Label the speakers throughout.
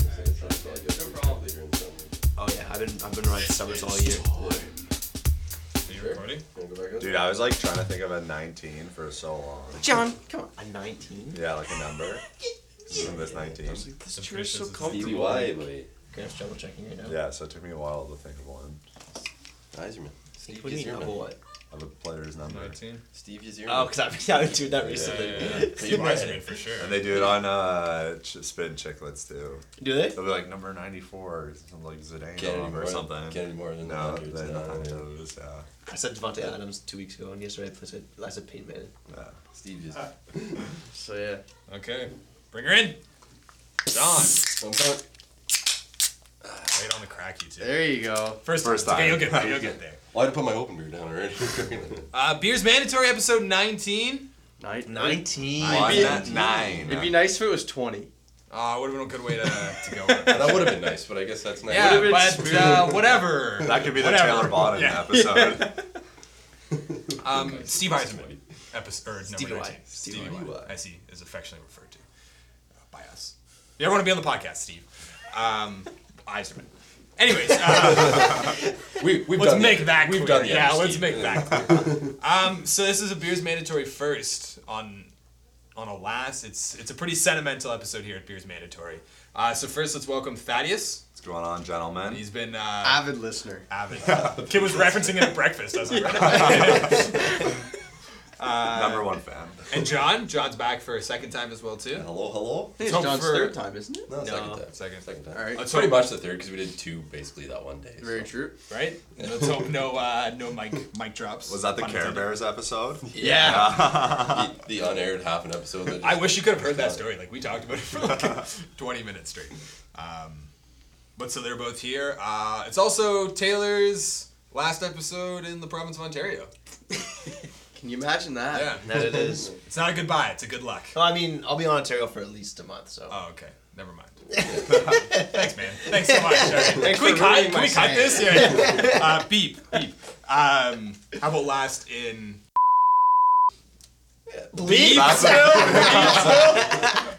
Speaker 1: been Oh, I've been riding summers all year.
Speaker 2: Are you recording?
Speaker 3: Wanna go back up?
Speaker 4: Dude, I was like trying to think of a 19 for so long.
Speaker 1: John, come on, a 19.
Speaker 4: Yeah, like a number. Isn't this 19?
Speaker 1: This
Speaker 2: I'm
Speaker 1: chair is so
Speaker 2: pretty sure
Speaker 3: Stevie
Speaker 1: comfortable.
Speaker 3: Y, buddy.
Speaker 2: Graham's double checking right now.
Speaker 4: Yeah, so it took me a while to think of one.
Speaker 3: Eiserman. Steve
Speaker 1: What do you mean, double
Speaker 3: Yzerman.
Speaker 1: what?
Speaker 4: Of a player's number.
Speaker 2: 19.
Speaker 3: Steve Yzerman.
Speaker 1: Oh, because I've been doing that
Speaker 2: Yeah,
Speaker 1: recently.
Speaker 2: yeah, yeah. Steve Eiserman for sure.
Speaker 4: And they do it on uh, ch- spin chicklets too.
Speaker 1: Do they?
Speaker 4: They'll be like number 94 or something like Zidane
Speaker 3: Get any
Speaker 4: or
Speaker 3: more than-
Speaker 4: something.
Speaker 3: get any more than the
Speaker 4: no,
Speaker 3: hundreds,
Speaker 4: they're
Speaker 3: no,
Speaker 4: not
Speaker 3: yeah.
Speaker 4: hundreds, yeah.
Speaker 1: I said Devontae Adams two weeks ago, and yesterday I said I said Peyton Manning.
Speaker 4: yeah.
Speaker 3: Steve Yzerman.
Speaker 2: So yeah. Okay. Bring her in. John.
Speaker 3: Don't count.
Speaker 2: Right on the cracky too.
Speaker 5: There you go.
Speaker 2: First,
Speaker 4: First
Speaker 2: time. Okay,
Speaker 4: time.
Speaker 2: you'll get there. You'll get there.
Speaker 3: Well, I had to put my open beer down already.
Speaker 2: Uh, Beers Mandatory episode 19.
Speaker 5: Night.
Speaker 1: 19.
Speaker 4: Why
Speaker 5: be-
Speaker 4: not nine?
Speaker 5: It'd be nice if it was 20.
Speaker 2: Uh, would have been a good way to, to go. with it.
Speaker 3: that would have been nice, but I guess that's not.
Speaker 2: yeah,
Speaker 5: been
Speaker 2: but
Speaker 5: smooth.
Speaker 2: uh, whatever.
Speaker 4: that could be the
Speaker 2: Whatever.
Speaker 4: Taylor Bottom
Speaker 2: Yeah.
Speaker 4: episode.
Speaker 2: Um, Steve Eisenman. Episode or
Speaker 1: Stevie
Speaker 2: number
Speaker 1: Y.
Speaker 2: 19.
Speaker 1: Stevie
Speaker 2: Stevie
Speaker 3: Y.
Speaker 2: I see is affectionately referred to uh, by us. You ever want to be on the podcast, Steve? Um, Eisenman. Anyways, uh,
Speaker 3: We, we've
Speaker 2: let's
Speaker 3: done the-
Speaker 2: make that
Speaker 3: We've
Speaker 2: clear.
Speaker 3: done the
Speaker 2: yeah,
Speaker 3: other
Speaker 2: let's
Speaker 3: Steve.
Speaker 2: make that clear. um, so this is a beers mandatory first on on Alas. It's it's a pretty sentimental episode here at beers mandatory. Uh, so first, let's welcome Thaddeus.
Speaker 4: What's going on, gentlemen?
Speaker 2: He's been uh,
Speaker 5: Avid listener.
Speaker 2: avid. Kid was referencing it at breakfast. I was like,
Speaker 4: Number one fan.
Speaker 2: And John, John's back for a second time as well too.
Speaker 3: Hello, hello.
Speaker 5: I think
Speaker 2: Tom
Speaker 5: it's John's
Speaker 2: Fur-
Speaker 5: third time, isn't it?
Speaker 3: No, second time.
Speaker 2: Second,
Speaker 3: Second time.
Speaker 5: All right.
Speaker 2: Uh,
Speaker 3: It's pretty much the third because we did two basically that one day. so.
Speaker 5: Very true.
Speaker 2: right? Let's hope no uh, no mic mic drops.
Speaker 4: Was that the
Speaker 2: Pun
Speaker 4: Care
Speaker 2: intended.
Speaker 4: Bears episode?
Speaker 5: Yeah.
Speaker 3: The, the unaired half an episode. That
Speaker 2: I wish you could have heard that story. Like we talked about it for like 20 minutes straight. Um, but so they're both here. Uh, it's also Taylor's last episode in the province of Ontario.
Speaker 5: Can you imagine that?
Speaker 2: Yeah,
Speaker 1: That it is.
Speaker 2: it's not a goodbye. It's a good luck.
Speaker 1: Well, I mean, I'll be on Ontario for at least a month, so.
Speaker 5: Uh,
Speaker 2: Oh, okay. Never mind. Thanks, man. Thanks so much. Alright. Can we,
Speaker 5: for
Speaker 2: cut,
Speaker 5: ruining
Speaker 2: can
Speaker 5: my
Speaker 2: we cut
Speaker 5: saying.
Speaker 2: this? Yeah. Uh, beep, beep. Um, how about last in. Beep.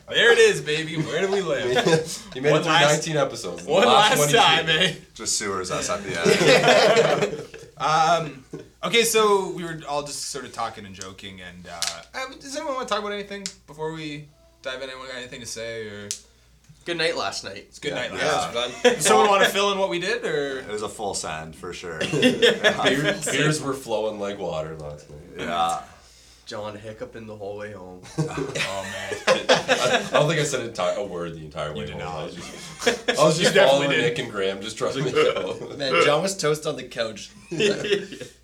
Speaker 2: There it is, baby. Where do we live?
Speaker 3: you made
Speaker 2: One
Speaker 3: it through
Speaker 2: last-
Speaker 3: 19 episodes.
Speaker 2: One last
Speaker 3: 22.
Speaker 2: time, eh?
Speaker 4: Just sewers us at the end.
Speaker 2: Okay, so we were all just sort of talking and joking, and uh, uh, does anyone want to talk about anything before we dive in? Anyone got anything to say, or it's
Speaker 5: Good night last night.
Speaker 2: good night?
Speaker 3: Yeah, it's
Speaker 2: last.
Speaker 3: done.
Speaker 2: Does someone want to fill in what we did, or
Speaker 4: It was a full send for sure.
Speaker 3: Beer- Beers were flowing like water last night.
Speaker 4: Yeah.
Speaker 5: John hiccup in the hallway home.
Speaker 2: oh man,
Speaker 3: I don't think I said enti- a word the entire way
Speaker 2: did
Speaker 3: home. I was
Speaker 2: not.
Speaker 3: just, I was just
Speaker 2: definitely
Speaker 3: following
Speaker 2: did.
Speaker 3: Nick and Graham, just trying to go.
Speaker 1: Man, John was toast on the couch.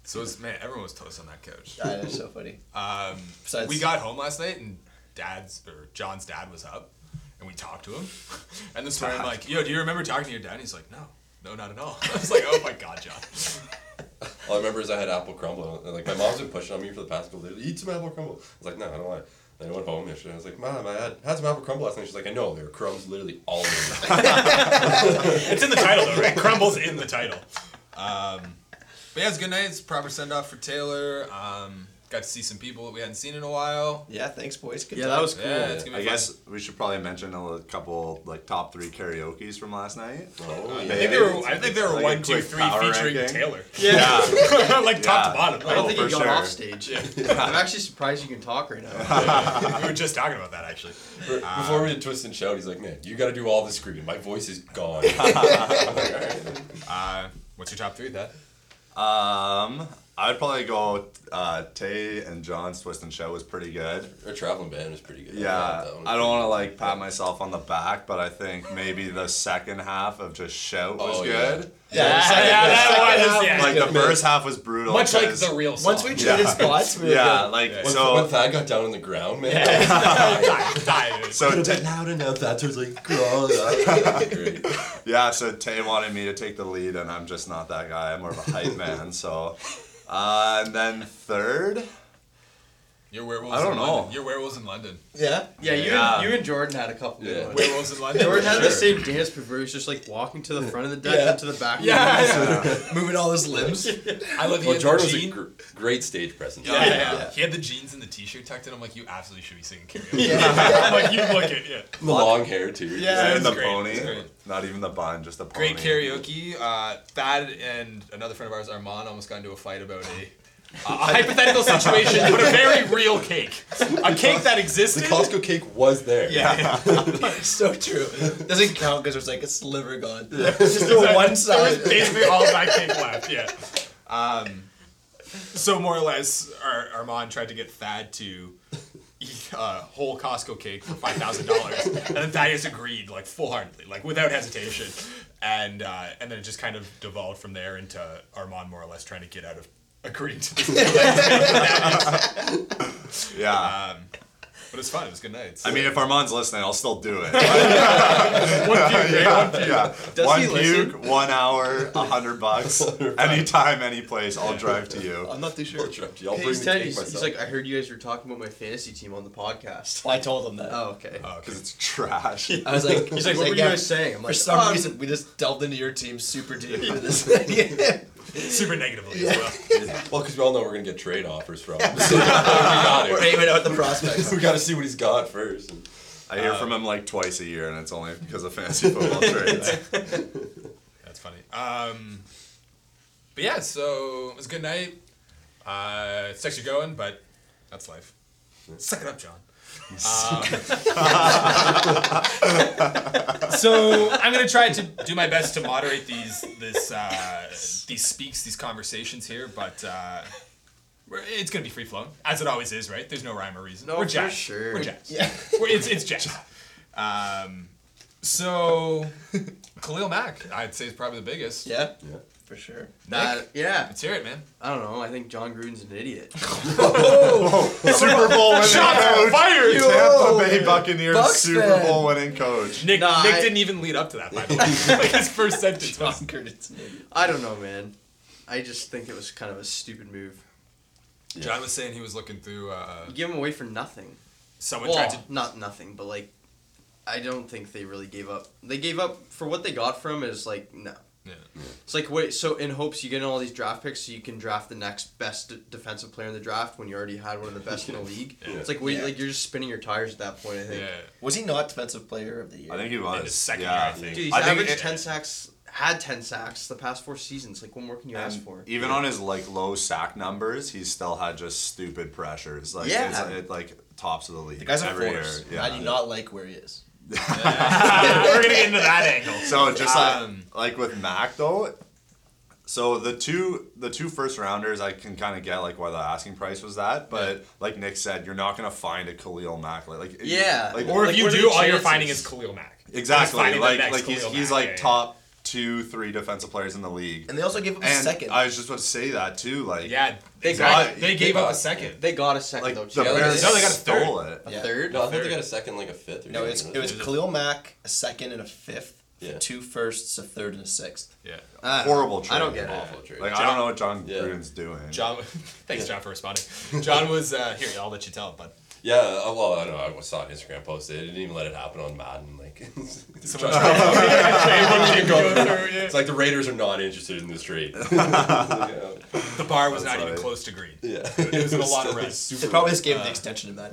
Speaker 2: so it's, man, everyone was toast on that couch.
Speaker 1: That is so funny.
Speaker 2: Um,
Speaker 1: Besides-
Speaker 2: we got home last night, and Dad's or John's dad was up, and we talked to him, and this morning I'm like, "Yo, do you remember talking to your dad?" And he's like, "No, no, not at all." I was like, "Oh my god, John."
Speaker 3: All I remember is I had apple crumble, and like my mom's been pushing on me for the past couple days. Eat some apple crumble. I was like, no, I don't want it. Then I went home yesterday. and I was like, Mom, I had, had some apple crumble last night. She's like, I know there were crumbs literally all over. it."
Speaker 2: It's in the title though, right? Crumbles in the title. Um, but yeah, it's a good night. It's a proper send off for Taylor. Um, got to see some people that we hadn't seen in a while.
Speaker 1: Yeah, thanks, boys. Good
Speaker 5: Yeah,
Speaker 1: time.
Speaker 5: that was cool.
Speaker 2: Yeah, it's gonna
Speaker 4: I
Speaker 2: be fun.
Speaker 4: guess we should probably mention a li- couple like top three karaoke's from last night.
Speaker 3: Oh,
Speaker 2: I think
Speaker 3: yeah.
Speaker 2: there were I think there were
Speaker 4: Like a
Speaker 2: one, two,
Speaker 4: quick
Speaker 2: three
Speaker 4: power
Speaker 2: featuring
Speaker 4: ranking.
Speaker 2: Taylor.
Speaker 4: Yeah.
Speaker 2: like top
Speaker 4: Yeah.
Speaker 2: to bottom.
Speaker 5: I don't
Speaker 4: Oh,
Speaker 5: think
Speaker 4: for
Speaker 5: he got
Speaker 4: sure.
Speaker 5: off stage. I'm actually surprised you can talk right now.
Speaker 2: Oh, we were just talking about that actually.
Speaker 4: Ah.
Speaker 3: Before we did twist and shout, he's like, man, you got to do all the screaming. My voice is gone. I'm like, all right.
Speaker 2: Uh, what's your top three that?
Speaker 4: Um, I'd probably go. Uh, Tay and John's twist and show was pretty good.
Speaker 3: Our traveling band was pretty good. I
Speaker 4: Yeah,
Speaker 3: liked that one.
Speaker 4: I don't want to like pat myself on the back, but I think maybe the second half of just shout was
Speaker 3: Oh, yeah.
Speaker 4: good.
Speaker 2: Yeah, that was yeah.
Speaker 4: Like the first half was brutal.
Speaker 2: much like
Speaker 4: 'cause-
Speaker 2: the real song.
Speaker 1: Once we traded
Speaker 4: Yeah.
Speaker 1: spots, we were
Speaker 4: Yeah,
Speaker 1: like,
Speaker 4: like
Speaker 2: Yeah.
Speaker 3: When,
Speaker 4: so.
Speaker 3: when Thad got down on the ground, man.
Speaker 2: die, die, dude.
Speaker 4: so Ta-
Speaker 3: loud enough. That's what's like, crawling up.
Speaker 4: Yeah, so Tay wanted me to take the lead, and I'm just not that guy. I'm more of a hype man. So, uh, and then third,
Speaker 2: You're You're werewolves.
Speaker 4: I don't
Speaker 2: in
Speaker 4: know.
Speaker 2: London. You're werewolves in London.
Speaker 1: Yeah.
Speaker 5: Yeah, you
Speaker 4: Yeah.
Speaker 5: And, you and Jordan had a couple
Speaker 3: Yeah.
Speaker 5: good ones.
Speaker 2: Werewolves in London.
Speaker 5: Jordan had
Speaker 2: Sure.
Speaker 5: the same dance move where he was just like walking to the front of the deck
Speaker 1: Yeah.
Speaker 5: and to the back.
Speaker 2: Yeah,
Speaker 5: Of the
Speaker 2: yeah. moving all his limbs. I love he
Speaker 3: Well,
Speaker 2: had
Speaker 3: Jordan was
Speaker 2: the
Speaker 3: a
Speaker 2: jean-
Speaker 3: gr- great stage presence.
Speaker 2: Yeah, yeah, yeah.
Speaker 1: Yeah.
Speaker 2: He had the jeans and the t-shirt tucked in. I'm like, you absolutely should be singing karaoke. I'm like, you look it. Yeah.
Speaker 3: The long hair too.
Speaker 2: Yeah,
Speaker 4: and
Speaker 2: it's
Speaker 4: the
Speaker 2: great, it's
Speaker 4: pony.
Speaker 2: great.
Speaker 4: Not even the bun, just the pony.
Speaker 2: Great karaoke. Uh, Thad and another friend of ours, Armand, almost got into a fight about a, a hypothetical situation, but a very real cake. A cake that
Speaker 3: The
Speaker 2: existed.
Speaker 3: Costco cake was there.
Speaker 2: Yeah.
Speaker 1: so true. Doesn't count because there's like a sliver gone. It's just
Speaker 2: Exactly.
Speaker 1: the one
Speaker 2: There
Speaker 1: side.
Speaker 2: was basically all of that cake left. Yeah. Um, so more or less, Ar- Armand tried to get Thad to eat a whole Costco cake for five thousand dollars, and then Thaddeus agreed, like full heartedly, like without hesitation, and uh, and then it just kind of devolved from there into Armand more or less trying to get out of agreeing to this.
Speaker 4: Yeah.
Speaker 2: um, but it's fun. It was good nights.
Speaker 4: I mean, if Armand's listening, I'll still do it.
Speaker 2: one view, right? One view.
Speaker 4: yeah.
Speaker 5: Does
Speaker 4: one
Speaker 5: he listen?
Speaker 4: puke, one hour, a hundred bucks. Anytime, any place, I'll drive to you.
Speaker 1: I'm not too
Speaker 3: I'll
Speaker 1: sure.
Speaker 3: interrupt you. I'll
Speaker 5: Hey,
Speaker 3: bring
Speaker 5: he's,
Speaker 3: the
Speaker 5: telling-
Speaker 3: cake
Speaker 5: he's- he's
Speaker 3: myself.
Speaker 5: like, I heard you guys were talking about my fantasy team on the podcast.
Speaker 1: Well, I told him that.
Speaker 5: Oh, okay.
Speaker 2: Oh, okay.
Speaker 4: Because it's trash.
Speaker 1: I was like,
Speaker 5: He's like, what were you
Speaker 1: yeah,
Speaker 5: guys saying? I'm
Speaker 1: For
Speaker 5: like,
Speaker 1: some
Speaker 5: um,
Speaker 1: reason, we just delved into your team super deep into this thing.
Speaker 2: Super negatively as well.
Speaker 3: well, because we all know we're gonna get trade offers from him. So we got
Speaker 1: We're
Speaker 3: it.
Speaker 1: aiming out the prospects.
Speaker 3: We got to see what he's got first. And
Speaker 4: I hear from him like twice a year, and it's only because of fantasy football trades.
Speaker 2: That's funny. Um, but yeah, so it was a good night. Uh, it sucks you're going, but that's life. Suck it up, John. Um, so I'm gonna try to do my best to moderate these this uh, these speaks these conversations here, but uh, we're, it's gonna be free flowing as it always is, right? There's no rhyme or reason.
Speaker 5: No,
Speaker 2: we're
Speaker 5: for
Speaker 2: jazzed.
Speaker 5: sure.
Speaker 2: We're jazzed.
Speaker 1: Yeah.
Speaker 2: We're, it's it's jazzed. Um, so Khalil Mack, I'd say is probably the biggest.
Speaker 1: Yeah. For sure.
Speaker 2: Nick,
Speaker 5: that- yeah.
Speaker 2: let's hear it, man.
Speaker 5: I don't know. I think John Gruden's an idiot.
Speaker 4: Super Bowl winning coach.
Speaker 2: fired!
Speaker 4: Tampa Bay Buccaneers
Speaker 1: Bucks
Speaker 4: Super
Speaker 1: fan.
Speaker 4: Bowl winning coach.
Speaker 2: Nick,
Speaker 5: Nah,
Speaker 2: Nick
Speaker 5: I-
Speaker 2: didn't even lead up to that, by the way. like his first sentence was,
Speaker 5: I don't know, man. I just think it was kind of a stupid move.
Speaker 2: John was saying he was looking through. Uh,
Speaker 5: You give him away for nothing.
Speaker 2: someone
Speaker 5: Well,
Speaker 2: tried to.
Speaker 5: not nothing, but like, I don't think they really gave up. They gave up for what they got from is like no.
Speaker 2: Yeah.
Speaker 5: It's like wait, so in hopes you get all these draft picks, so you can draft the next best d- defensive player in the draft when you already had one of the best in the league.
Speaker 2: Yeah.
Speaker 5: It's like wait,
Speaker 1: Yeah.
Speaker 5: like you're just spinning your tires at that point. I think.
Speaker 2: Yeah.
Speaker 1: Was he not defensive player of the year?
Speaker 4: I think he was.
Speaker 2: In his second
Speaker 4: yeah.
Speaker 2: year, I think.
Speaker 5: Dude, he's
Speaker 4: I think
Speaker 5: averaged
Speaker 4: it-
Speaker 5: ten sacks. Had ten sacks the past four seasons. Like, what more can you ask
Speaker 4: And
Speaker 5: for?
Speaker 4: Even on his like low sack numbers, he still had just stupid pressures. Like
Speaker 5: Yeah.
Speaker 4: it's, it like tops of the league.
Speaker 1: the guy's a
Speaker 4: every
Speaker 1: force.
Speaker 4: year.
Speaker 1: I do not like where he is.
Speaker 2: We're gonna get into that angle.
Speaker 4: So just
Speaker 2: Um,
Speaker 4: like like with Mac though, so the two the two first rounders I can kind of get like why the asking price was that, but like Nick said, you're not gonna find a Khalil Mack like, like
Speaker 5: Yeah.
Speaker 4: like
Speaker 2: Or if
Speaker 5: Like,
Speaker 2: you
Speaker 5: what are
Speaker 2: do,
Speaker 5: the
Speaker 2: all you're
Speaker 5: chances?
Speaker 2: finding is Khalil Mack.
Speaker 4: exactly
Speaker 2: Finding the
Speaker 4: like
Speaker 2: next
Speaker 4: like he's
Speaker 2: Khalil
Speaker 4: he's
Speaker 2: Mack,
Speaker 4: like
Speaker 2: yeah, yeah.
Speaker 4: top two three defensive players in the league,
Speaker 1: And they also gave him a
Speaker 4: and
Speaker 1: second.
Speaker 4: I was just about to say that too like
Speaker 2: Yeah,
Speaker 5: They
Speaker 2: exactly.
Speaker 4: got-
Speaker 2: they
Speaker 4: they
Speaker 2: gave up
Speaker 4: got-
Speaker 2: a second.
Speaker 5: They got a second
Speaker 4: like
Speaker 5: though.
Speaker 4: the
Speaker 5: too.
Speaker 1: Yeah,
Speaker 4: Bears
Speaker 1: no, they
Speaker 2: got a third.
Speaker 4: stole it.
Speaker 5: a
Speaker 1: Yeah.
Speaker 5: third.
Speaker 3: no, I thought
Speaker 2: Third.
Speaker 3: they got a second, like a fifth. Or
Speaker 1: no, it's, it was Khalil Mack, a second and a fifth,
Speaker 3: Yeah.
Speaker 1: two firsts, a third and a sixth.
Speaker 2: Yeah.
Speaker 5: I don't know.
Speaker 4: Horrible trade.
Speaker 5: I don't get it.
Speaker 3: awful trade.
Speaker 4: Like I
Speaker 2: John-
Speaker 4: don't know what John
Speaker 3: Yeah.
Speaker 4: Gruden's doing.
Speaker 2: John, thanks, John, for responding. John was uh, here. I'll let you tell, but
Speaker 3: yeah, uh, well, I don't know. I was- saw an Instagram post. They didn't even let it happen on Madden. Like, it's,
Speaker 2: someone tried to go through, yeah.
Speaker 3: it's like the Raiders are not interested in this trade.
Speaker 2: The bar was
Speaker 4: That's
Speaker 2: not even
Speaker 4: alright.
Speaker 2: close to green.
Speaker 3: Yeah,
Speaker 2: It was a lot of red.
Speaker 1: They probably just
Speaker 5: Ah.
Speaker 1: gave him the extension of that.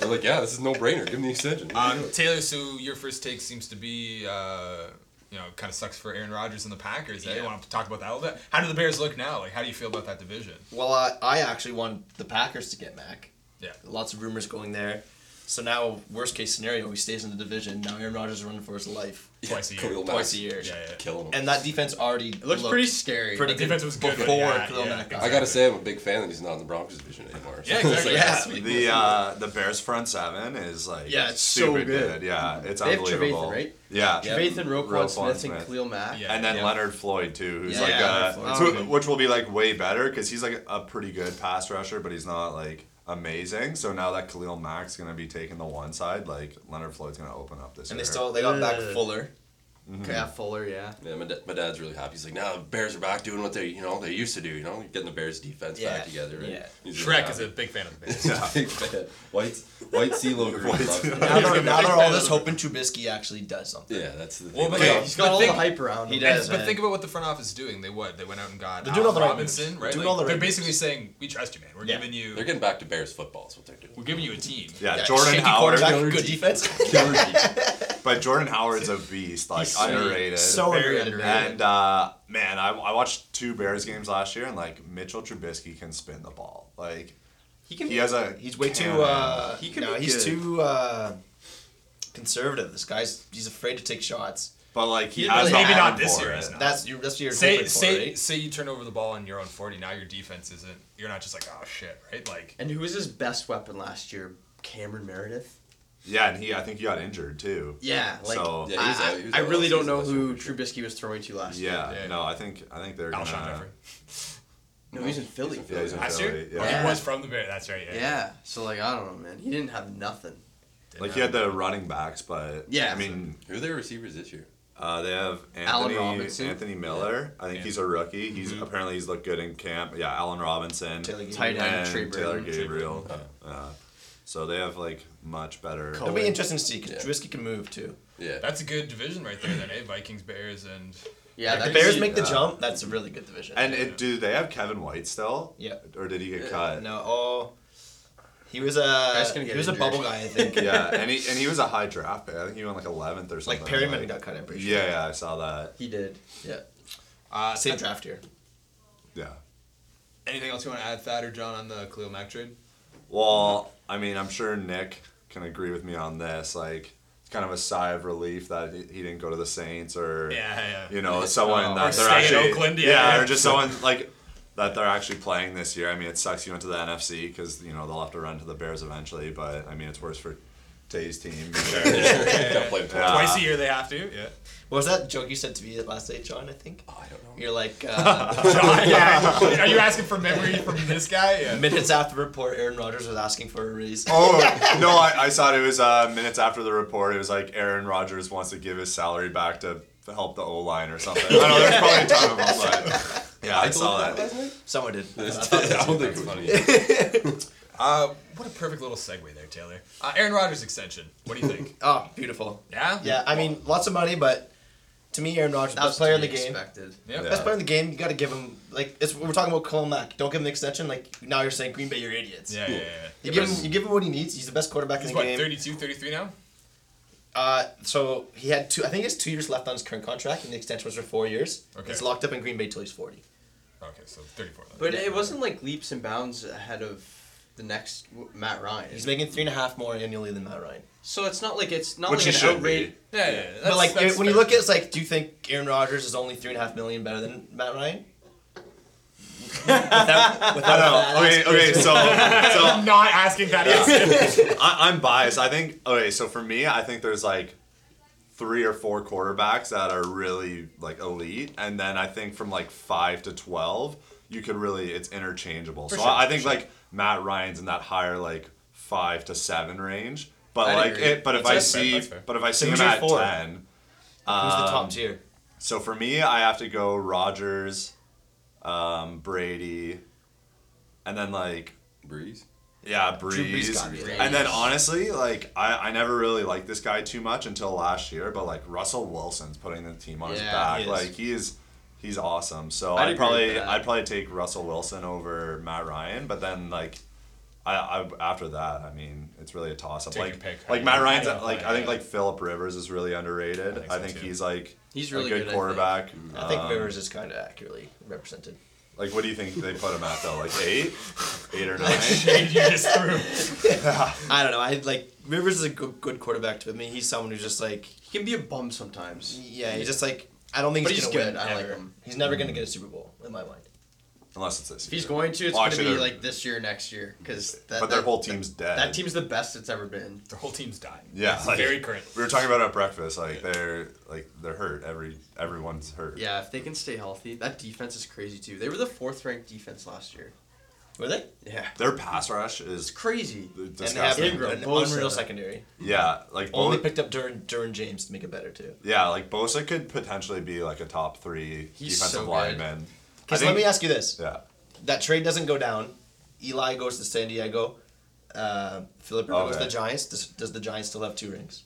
Speaker 3: They're like, yeah, this is no brainer. Give him the extension.
Speaker 2: Um, Taylor, so your first take seems to be, uh, you know, kind of sucks for Aaron Rodgers and the Packers. I want to talk about that a little bit. How do the Bears look now? Like, how do you feel about that division?
Speaker 1: Well, I, I actually wanted the Packers to get Mack.
Speaker 2: Yeah.
Speaker 1: Lots of rumors going there. So now, worst case scenario, he stays in the division. Now Aaron Rodgers is running for his life.
Speaker 2: Twice a year.
Speaker 3: Khalil Mack.
Speaker 1: Twice a year.
Speaker 2: Yeah, yeah.
Speaker 3: Killing him.
Speaker 1: And that defense already
Speaker 5: It looks pretty scary.
Speaker 1: pretty
Speaker 2: The
Speaker 1: good
Speaker 2: defense was good, but
Speaker 1: before
Speaker 2: yeah,
Speaker 1: Khalil
Speaker 2: yeah,
Speaker 1: Mack. got
Speaker 3: I gotta say, I'm a big fan that he's not in the Broncos division anymore.
Speaker 2: Yeah, exactly.
Speaker 3: It's like,
Speaker 1: Yeah.
Speaker 3: sweet.
Speaker 4: The uh, the Bears front seven is like
Speaker 5: Yeah, it's so
Speaker 4: stupid
Speaker 5: good.
Speaker 4: Yeah, it's
Speaker 5: They have
Speaker 4: unbelievable.
Speaker 5: Trevathan, right?
Speaker 4: Yeah,
Speaker 1: Yep.
Speaker 5: Trevathan, Roquan
Speaker 4: Roquan
Speaker 5: Smith, and
Speaker 4: Smith.
Speaker 5: Khalil Mack.
Speaker 2: Yeah.
Speaker 4: and then Leonard Floyd too, who's
Speaker 1: Yeah,
Speaker 4: like
Speaker 1: Leonard
Speaker 4: uh,
Speaker 1: Floyd's
Speaker 4: who-
Speaker 1: good.
Speaker 4: which will be like way better because he's like a pretty good pass rusher, but he's not like amazing. So now that Khalil Mack's gonna be taking the one side, like Leonard Floyd's gonna open up this
Speaker 1: And
Speaker 4: year.
Speaker 1: they still they got back Fuller.
Speaker 4: Mm-hmm.
Speaker 5: Yeah, Fuller, yeah.
Speaker 3: Yeah, my, da- my dad's really happy. He's like, now the Bears are back doing what they, you know, they used to do. You know, getting the Bears defense
Speaker 1: Yeah,
Speaker 3: back together. Right?
Speaker 1: yeah.
Speaker 3: He's really
Speaker 2: Shrek is a
Speaker 3: happy.
Speaker 2: big fan of the Bears.
Speaker 4: Yeah.
Speaker 3: Big fan. White, white CeeLo Green. loves it.
Speaker 1: Now they're, now they're all
Speaker 2: Yeah.
Speaker 1: just hoping Trubisky actually does something.
Speaker 3: Yeah, that's the
Speaker 2: Well,
Speaker 3: thing.
Speaker 2: but
Speaker 3: Like,
Speaker 2: yeah,
Speaker 3: uh,
Speaker 2: he's
Speaker 5: Got
Speaker 2: got
Speaker 5: all
Speaker 2: think,
Speaker 5: the hype around him.
Speaker 1: He
Speaker 2: And-
Speaker 1: does,
Speaker 2: but
Speaker 1: man.
Speaker 2: think about what the front office is doing. They what? They went out and got
Speaker 1: They're doing all
Speaker 2: Allen
Speaker 1: the right moves.
Speaker 2: Robinson, right?
Speaker 1: Doing
Speaker 2: Like,
Speaker 1: all the
Speaker 2: they're
Speaker 1: right
Speaker 2: basically saying, "We trust you, man. We're
Speaker 1: Yeah.
Speaker 2: giving you,
Speaker 3: they're getting back to Bears football. Is what they're doing.
Speaker 2: we're giving you a team."
Speaker 4: Yeah,
Speaker 1: Yeah,
Speaker 4: Jordan
Speaker 1: shaky
Speaker 4: Howard.
Speaker 1: quarterback, good defense.
Speaker 3: Killer defense.
Speaker 4: But Jordan Howard's a beast, like
Speaker 1: He's so-
Speaker 4: underrated.
Speaker 1: so
Speaker 2: Very
Speaker 1: underrated.
Speaker 4: and uh, man, I, I watched two Bears games last year, and like Mitchell Trubisky can spin the ball. Like
Speaker 1: He can.
Speaker 4: he has a
Speaker 1: He's way too.
Speaker 4: cannon.
Speaker 1: Uh,
Speaker 5: He can
Speaker 1: no,
Speaker 5: be
Speaker 1: he's
Speaker 5: good.
Speaker 1: too uh, conservative. This guy's. He's afraid to take shots.
Speaker 4: but like he,
Speaker 1: he
Speaker 4: has
Speaker 1: really-
Speaker 4: the
Speaker 1: maybe
Speaker 2: not
Speaker 4: arm
Speaker 2: this
Speaker 4: for
Speaker 2: year,
Speaker 4: it.
Speaker 2: he's not.
Speaker 1: That's your. That's what you're
Speaker 2: Say
Speaker 1: hoping for,
Speaker 2: say
Speaker 1: right?
Speaker 2: say you turn over the ball on your own forty. Now your defense isn't. You're not just like, "Oh shit," right? Like,
Speaker 5: And who was his best weapon last year? Cameron Meredith?
Speaker 4: Yeah, and he I think he got injured too.
Speaker 5: Yeah, like
Speaker 4: So-
Speaker 3: Yeah, he was
Speaker 5: I,
Speaker 3: out- he was
Speaker 5: I
Speaker 3: out
Speaker 5: really
Speaker 3: all
Speaker 5: don't know
Speaker 3: season
Speaker 5: who
Speaker 3: last year.
Speaker 5: Trubisky was throwing to last year.
Speaker 4: Yeah,
Speaker 2: Yeah.
Speaker 4: no, I think I think they're
Speaker 2: Alshon
Speaker 4: gonna.
Speaker 2: Jeffrey
Speaker 5: No, he's in Philly.
Speaker 3: Yeah, he's in
Speaker 2: last year.
Speaker 4: Philly,
Speaker 2: Oh,
Speaker 5: yeah.
Speaker 2: he was from the Bears. That's right. Yeah.
Speaker 5: Yeah, so like I don't know, man. He didn't have nothing.
Speaker 4: Like he had the running backs, but
Speaker 5: Yeah.
Speaker 4: I mean,
Speaker 3: Who are their receivers this year?
Speaker 4: uh, they have
Speaker 5: Allen
Speaker 4: Anthony
Speaker 5: Robinson.
Speaker 4: Anthony Miller. I think
Speaker 2: Yeah.
Speaker 4: he's a rookie. He's apparently he's looked good in camp. Yeah, Allen Robinson,
Speaker 1: Taylor Gabriel.
Speaker 5: Mm-hmm. Tight end
Speaker 4: and
Speaker 5: Trey
Speaker 4: Taylor
Speaker 5: Burton.
Speaker 4: Gabriel. Uh, so they have like much better.
Speaker 5: Cool.
Speaker 1: It'll be interesting to see
Speaker 3: Yeah.
Speaker 1: because Trubisky can move too.
Speaker 3: Yeah.
Speaker 2: That's a good division right there. Then, eh? Vikings, Bears, and
Speaker 5: Yeah,
Speaker 1: If the
Speaker 5: that
Speaker 1: Bears
Speaker 5: dude-
Speaker 1: make the
Speaker 4: yeah.
Speaker 1: jump, uh, that's a really good division.
Speaker 4: And it, do they have Kevin White still?
Speaker 1: Yeah.
Speaker 4: Or did he get
Speaker 3: Yeah.
Speaker 4: cut?
Speaker 1: Uh, no, oh, he was a
Speaker 5: Guy's gonna get
Speaker 1: he was a
Speaker 5: injured.
Speaker 1: bubble guy, I think.
Speaker 4: Yeah, and he and he was a high draft pick. I think he went like eleventh or something.
Speaker 1: like Perryman got cut. I'm pretty sure.
Speaker 4: Yeah, yeah, I saw that.
Speaker 5: he did.
Speaker 1: yeah.
Speaker 2: uh,
Speaker 1: Same draft year.
Speaker 4: Yeah.
Speaker 2: Anything else you want to add, Thad or John, on the Khalil Mack trade?
Speaker 4: Well, I mean, I'm sure Nick can agree with me on this. Like, it's kind of a sigh of relief that he he didn't go to the Saints or,
Speaker 2: Yeah, yeah.
Speaker 4: you know, someone
Speaker 2: uh, Or
Speaker 4: that they're
Speaker 2: stay in
Speaker 4: actually
Speaker 2: Oakland, yeah,
Speaker 4: yeah,
Speaker 2: yeah.
Speaker 4: or just someone like that they're actually playing this year. I mean, it sucks you went to the NFC because you know they'll have to run to the Bears eventually, but I mean, it's worse for Tay's team.
Speaker 3: Gotta play them twice.
Speaker 4: Yeah.
Speaker 2: Twice a year they have to. Yeah.
Speaker 1: What was that joke you said to me last night, John? I think
Speaker 3: I don't know.
Speaker 1: you're like uh,
Speaker 2: John, yeah. Are you asking for memory from this guy? Yeah.
Speaker 1: minutes after the report, Aaron Rodgers was asking for a raise.
Speaker 4: Oh no! I, I saw it. It was uh, minutes after the report. It was like Aaron Rodgers wants to give his salary back to help the O line or something. I don't know there's probably a ton of them, but yeah, I saw that.
Speaker 1: Someone did. I thought that was
Speaker 3: I don't think it's funny.
Speaker 2: Uh, what a perfect little segue there, Taylor. Uh, Aaron Rodgers extension. What do you think?
Speaker 1: Oh, beautiful.
Speaker 2: yeah.
Speaker 1: Yeah, I mean, lots of money, but to me, Aaron Rodgers,
Speaker 5: That was
Speaker 1: best player in
Speaker 5: to
Speaker 1: the
Speaker 5: be
Speaker 1: game.
Speaker 5: Expected.
Speaker 2: Yep.
Speaker 1: Best player in the game, you got to give him like it's. We're talking about Khalil Mack. Don't give him the extension. Like now, you're saying Green Bay, you're idiots.
Speaker 2: Yeah. Yeah. yeah, yeah.
Speaker 1: You give him, you give him what he needs. He's the best quarterback
Speaker 2: He's
Speaker 1: in the
Speaker 2: what,
Speaker 1: game.
Speaker 2: 32, 33 now?
Speaker 1: Uh, so he had two. I think he has two years left on his current contract, and the extension was for four years.
Speaker 2: Okay.
Speaker 1: He's locked up in Green Bay till he's forty.
Speaker 2: Okay, so 34. then.
Speaker 5: But it wasn't like leaps and bounds ahead of the next w- Matt Ryan.
Speaker 1: He's making three and a half more annually than Matt Ryan.
Speaker 5: so it's not like it's not
Speaker 4: Which he
Speaker 5: like an
Speaker 4: should
Speaker 5: outrage.
Speaker 4: be.
Speaker 2: Yeah, yeah. yeah. That's,
Speaker 1: but like
Speaker 2: that's
Speaker 1: when you
Speaker 2: fair.
Speaker 1: look at it, it's like, do you think Aaron Rodgers is only three and a half million better than Matt Ryan? without, without
Speaker 4: I don't know. Okay, okay. So, so
Speaker 2: I'm not asking that.
Speaker 4: I, I'm biased. I think. Okay, so for me, I think there's like three or four quarterbacks that are really like elite, and then I think from like five to twelve, you could really it's interchangeable. so
Speaker 2: sure,
Speaker 4: I, I
Speaker 2: for
Speaker 4: think like Matt Ryan's in that higher like five to seven range. But
Speaker 5: I'd
Speaker 4: like
Speaker 5: agree.
Speaker 4: it, but if
Speaker 2: That's-
Speaker 4: I
Speaker 2: that's fair,
Speaker 4: see,
Speaker 2: that's fair.
Speaker 4: but if I see him
Speaker 1: who's your
Speaker 4: at
Speaker 1: four?
Speaker 4: ten,
Speaker 1: who's the top tier?
Speaker 4: so for me, I have to go Rogers, um, Brady, and then like
Speaker 3: Breeze.
Speaker 4: yeah,
Speaker 1: Brees
Speaker 4: Breeze.
Speaker 1: gotta be there.
Speaker 4: And then honestly, like I, I never really liked this guy too much until last year, but like Russell Wilson's putting the team on his
Speaker 5: Yeah,
Speaker 4: back.
Speaker 1: he is.
Speaker 4: like he is he's awesome. So
Speaker 5: I'd
Speaker 4: I'd,
Speaker 5: agree with
Speaker 4: probably
Speaker 5: that.
Speaker 4: I'd probably take Russell Wilson over Matt Ryan, but then like I, I after that, I mean, it's really a toss up.
Speaker 2: Take
Speaker 4: Like
Speaker 2: your pick.
Speaker 4: like
Speaker 2: I
Speaker 4: Matt
Speaker 2: don't-
Speaker 4: Ryan's
Speaker 2: I don't
Speaker 4: like
Speaker 2: know.
Speaker 4: I think like Philip Rivers is really underrated. I
Speaker 2: think
Speaker 4: think,
Speaker 2: so, too.
Speaker 4: he's like
Speaker 5: He's really
Speaker 4: a good,
Speaker 5: good, I think.
Speaker 4: quarterback.
Speaker 1: I think
Speaker 4: Um,
Speaker 1: Rivers is kind of accurately represented.
Speaker 4: Like what do you think they put him at though? Like eight? Eight or nine?
Speaker 2: Shade you just threw.
Speaker 1: I don't know. I like Rivers is a good, good quarterback to I mean, he's someone who's just like
Speaker 5: He can be a bum sometimes.
Speaker 1: yeah, he's just like I don't think
Speaker 5: But
Speaker 1: he's,
Speaker 5: he's
Speaker 1: gonna
Speaker 5: good.
Speaker 1: win.
Speaker 5: I like
Speaker 1: ever.
Speaker 5: him.
Speaker 1: He's never gonna get a Super Bowl in my mind.
Speaker 4: Unless it's this
Speaker 5: If he's
Speaker 4: year.
Speaker 5: going to, it's
Speaker 4: Well,
Speaker 5: going to
Speaker 4: actually,
Speaker 5: be
Speaker 4: they're-
Speaker 5: like this year, next year, because
Speaker 4: But
Speaker 5: that, that,
Speaker 4: their whole team's dead.
Speaker 5: that team's the best it's ever been.
Speaker 2: Their whole team's dying.
Speaker 4: Yeah,
Speaker 2: It's
Speaker 4: like-
Speaker 2: very current.
Speaker 4: We were talking about it at breakfast. Like they're like they're hurt. Every everyone's hurt.
Speaker 5: Yeah, if they can stay healthy, that defense is crazy too. They were the fourth ranked defense last year.
Speaker 1: Were they?
Speaker 5: Yeah.
Speaker 4: Their pass rush is
Speaker 5: It's crazy.
Speaker 1: And they have
Speaker 4: disgusting.
Speaker 1: an, an
Speaker 5: Bosa.
Speaker 1: unreal secondary.
Speaker 4: yeah, like
Speaker 1: Only
Speaker 4: Bo-
Speaker 1: picked up Duran Duran James to make it better too.
Speaker 4: yeah, like Bosa could potentially be like a top three
Speaker 1: He's
Speaker 4: defensive
Speaker 1: so good.
Speaker 4: lineman. I
Speaker 1: Because
Speaker 4: think-
Speaker 1: let me ask you this:
Speaker 4: Yeah,
Speaker 1: that trade doesn't go down. Eli goes to San Diego. Uh, Philip Rivers goes to
Speaker 4: Okay.
Speaker 1: the Giants. Does, does the Giants still have two rings?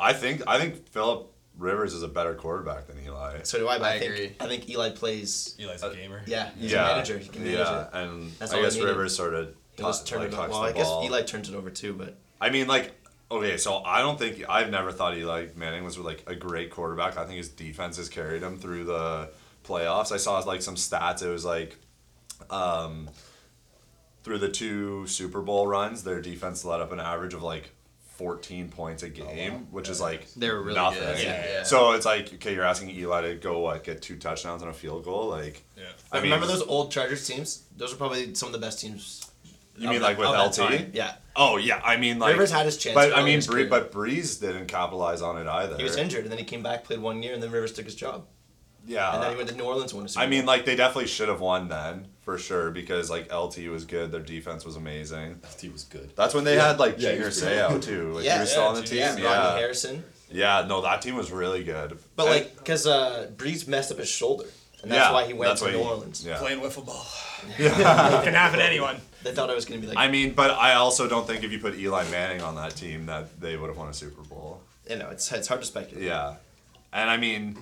Speaker 4: I think I think Philip Rivers is a better quarterback than Eli.
Speaker 1: So do I. But I,
Speaker 5: I
Speaker 1: think
Speaker 5: agree.
Speaker 1: I think Eli plays.
Speaker 2: Eli's
Speaker 5: Uh,
Speaker 2: a gamer.
Speaker 1: Yeah, he's
Speaker 4: yeah,
Speaker 1: a manager. He can manage
Speaker 4: yeah,
Speaker 1: it.
Speaker 4: and
Speaker 1: That's
Speaker 4: I
Speaker 1: all they
Speaker 4: guess
Speaker 1: needed.
Speaker 4: Rivers sort of
Speaker 1: He'll just turn
Speaker 4: like,
Speaker 1: it
Speaker 4: tucks
Speaker 1: over. Well,
Speaker 4: the
Speaker 1: I guess
Speaker 4: ball.
Speaker 1: Eli turns it over too, but
Speaker 4: I mean, like, okay, so I don't think I've never thought Eli Manning was like a great quarterback. I think his defense has carried him through the playoffs. I saw like some stats. It was like, um, through the two Super Bowl runs, their defense let up an average of like. 14 points
Speaker 1: Oh,
Speaker 4: a game, which is like
Speaker 5: They were really
Speaker 4: nothing.
Speaker 5: good.
Speaker 2: Yeah, yeah.
Speaker 4: So it's like, okay, you're asking Eli to go what, get two touchdowns and a field goal? Like,
Speaker 2: Yeah.
Speaker 4: I mean,
Speaker 1: remember those old Chargers teams? Those are probably some of the best teams.
Speaker 4: You
Speaker 1: of
Speaker 4: mean
Speaker 1: that-
Speaker 4: like with
Speaker 1: of that
Speaker 4: LT?
Speaker 1: time. Yeah,
Speaker 4: Oh yeah, I mean like
Speaker 1: Rivers had his chance
Speaker 4: but
Speaker 1: early
Speaker 4: I
Speaker 1: in
Speaker 4: mean,
Speaker 1: his
Speaker 4: Bree,
Speaker 1: career.
Speaker 4: but Breeze didn't capitalize on it either.
Speaker 1: he was injured, and then he came back, played one year, and then Rivers took his job,
Speaker 4: Yeah,
Speaker 1: and then he went to New Orleans, and won a Super
Speaker 4: Uh, I mean,
Speaker 1: Bowl.
Speaker 4: like they definitely should have won then for sure because like LT was good. Their defense was amazing.
Speaker 3: LT was good.
Speaker 4: That's when they had like
Speaker 3: Yeah, he
Speaker 4: Junior
Speaker 3: was pretty good.
Speaker 4: Seau too. Like,
Speaker 1: Yeah,
Speaker 4: he was still
Speaker 2: yeah,
Speaker 4: on the team.
Speaker 2: Junior
Speaker 1: yeah,
Speaker 4: Yeah,
Speaker 1: Rodney
Speaker 4: yeah.
Speaker 1: Harrison.
Speaker 4: no, that team was really good.
Speaker 1: But
Speaker 4: And-
Speaker 1: like, because uh, Breeze messed up his shoulder, and that's
Speaker 4: yeah,
Speaker 1: why he went
Speaker 4: that's
Speaker 1: to
Speaker 4: why
Speaker 1: New
Speaker 4: he-
Speaker 1: Orleans.
Speaker 4: Yeah.
Speaker 2: Playing wiffle ball. Can happen to anyone.
Speaker 1: They thought I was going to be like,
Speaker 4: I mean, but I also don't think if you put Eli Manning on that team that they would have won a Super Bowl.
Speaker 1: you know, it's it's hard to speculate.
Speaker 4: Yeah, and I mean,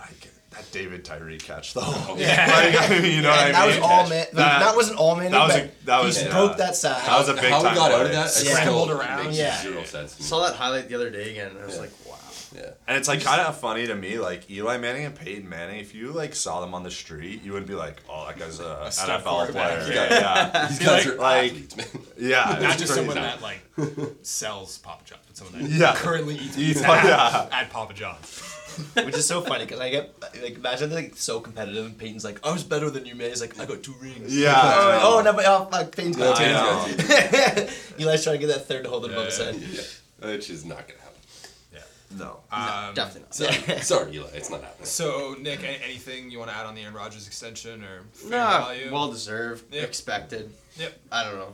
Speaker 4: like that David Tyree catch though.
Speaker 2: Yeah.
Speaker 4: Like, I mean, you know what I mean?
Speaker 1: And that was all man.
Speaker 4: That-
Speaker 1: That, wasn't all man.
Speaker 4: that was a-
Speaker 1: but
Speaker 4: that was-
Speaker 1: he
Speaker 4: yeah.
Speaker 1: broke that sack.
Speaker 4: That was a big
Speaker 3: How
Speaker 4: time
Speaker 3: we got out
Speaker 4: play.
Speaker 3: of that, I
Speaker 2: Scrambled
Speaker 3: still
Speaker 2: around.
Speaker 3: Makes
Speaker 1: Yeah.
Speaker 3: zero sense. to me.
Speaker 5: Saw that highlight the other day again, and I was
Speaker 3: Yeah.
Speaker 5: like, wow.
Speaker 3: Yeah.
Speaker 4: And it's like kind of funny to me, like Eli Manning and Peyton Manning. If you like saw them on the street, you wouldn't be like, "Oh, that guy's a,
Speaker 2: stud
Speaker 4: NFL player."
Speaker 2: quarterback,
Speaker 4: Yeah, yeah,
Speaker 3: These
Speaker 2: Be
Speaker 3: guys
Speaker 2: like-
Speaker 3: are
Speaker 4: like-
Speaker 3: athletes, man.
Speaker 4: yeah.
Speaker 2: Not just someone
Speaker 4: that.
Speaker 2: that like sells Papa John's, but someone that
Speaker 4: Yeah.
Speaker 2: currently eats
Speaker 4: Eats
Speaker 2: pizza
Speaker 4: Papa-
Speaker 2: at, at Papa John's.
Speaker 1: which is so funny because I get like imagine they're like so competitive and Peyton's like I was better than you man he's like I got two rings
Speaker 4: Yeah. I
Speaker 1: oh,
Speaker 4: know.
Speaker 1: oh no but oh fuck Peyton's got
Speaker 4: I
Speaker 1: two
Speaker 4: know.
Speaker 1: Eli's trying to get that third to hold it above his
Speaker 2: Yeah.
Speaker 1: head
Speaker 3: Yeah. Which is not gonna happen.
Speaker 2: Yeah.
Speaker 4: No.
Speaker 2: Um,
Speaker 5: Definitely not.
Speaker 3: Sorry, sorry, Eli, it's not happening.
Speaker 2: So Nick, a- anything you want to add on the Aaron Rodgers extension or fair
Speaker 5: Nah,
Speaker 2: value?
Speaker 5: well deserved,
Speaker 2: Yeah.
Speaker 5: expected.
Speaker 2: yep.
Speaker 5: I don't know.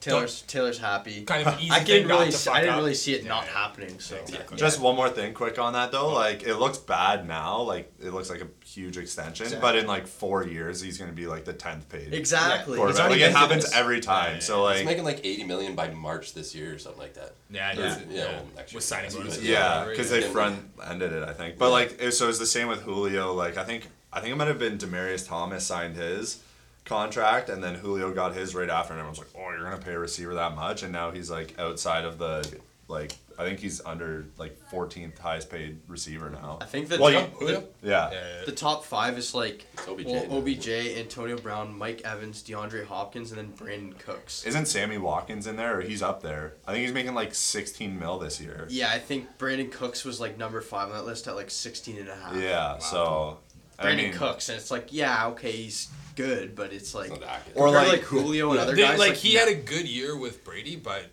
Speaker 5: Taylor's Taylor's happy.
Speaker 2: Kind of an easy
Speaker 5: I
Speaker 2: thing
Speaker 5: didn't
Speaker 2: not
Speaker 5: really,
Speaker 2: to
Speaker 5: see,
Speaker 2: fuck
Speaker 5: I didn't
Speaker 2: up.
Speaker 5: really see it
Speaker 2: Yeah,
Speaker 5: not
Speaker 2: yeah.
Speaker 5: happening. So
Speaker 2: Exactly.
Speaker 4: Just one more thing, quick on that though. Like it looks bad now. Like it looks like a huge extension, but in like four years, he's gonna be like the tenth paid
Speaker 5: exactly.
Speaker 1: He's
Speaker 4: quarterback.
Speaker 1: already
Speaker 4: Like it
Speaker 1: been through
Speaker 4: happens
Speaker 1: this.
Speaker 4: every time. So
Speaker 3: He's
Speaker 4: like,
Speaker 3: making like 80 million by March this year or something like that.
Speaker 2: Yeah,
Speaker 3: Yeah.
Speaker 2: yeah.
Speaker 3: Yeah,
Speaker 2: yeah.
Speaker 3: well, next year.
Speaker 2: With signing bonuses.
Speaker 4: yeah,
Speaker 2: whatever,
Speaker 4: because
Speaker 2: yeah.
Speaker 4: they front ended it, I think. But like, it- so it's the same with Julio. Like, I think I think it might have been Demarius Thomas signed his contract, and then Julio got his right after, and everyone's like, "Oh, you're gonna pay a receiver that much," and now he's like outside of the like. I think he's under like 14th highest paid receiver now.
Speaker 5: I think that
Speaker 4: Well,
Speaker 5: the,
Speaker 4: you-
Speaker 5: the,
Speaker 4: Yeah.
Speaker 2: Yeah.
Speaker 5: the top five is like
Speaker 3: It's OBJ
Speaker 5: well,
Speaker 3: now.
Speaker 5: OBJ, Antonio Brown, Mike Evans, DeAndre Hopkins, and then Brandon Cooks.
Speaker 4: Isn't Sammy Watkins in there, or he's up there? I think he's making like 16 mil this year.
Speaker 5: Yeah, I think Brandon Cooks was like number five on that list at like 16 and a half.
Speaker 4: Yeah, so. I
Speaker 5: Brandon
Speaker 4: mean-
Speaker 5: Cooks, and it's like, yeah, okay, he's good, but it's like,
Speaker 3: It's not accurate.
Speaker 4: Or
Speaker 5: or like,
Speaker 4: like-
Speaker 5: Julio and other
Speaker 2: They-
Speaker 5: guys.
Speaker 2: like, he
Speaker 5: no.
Speaker 2: had a good year with Brady, but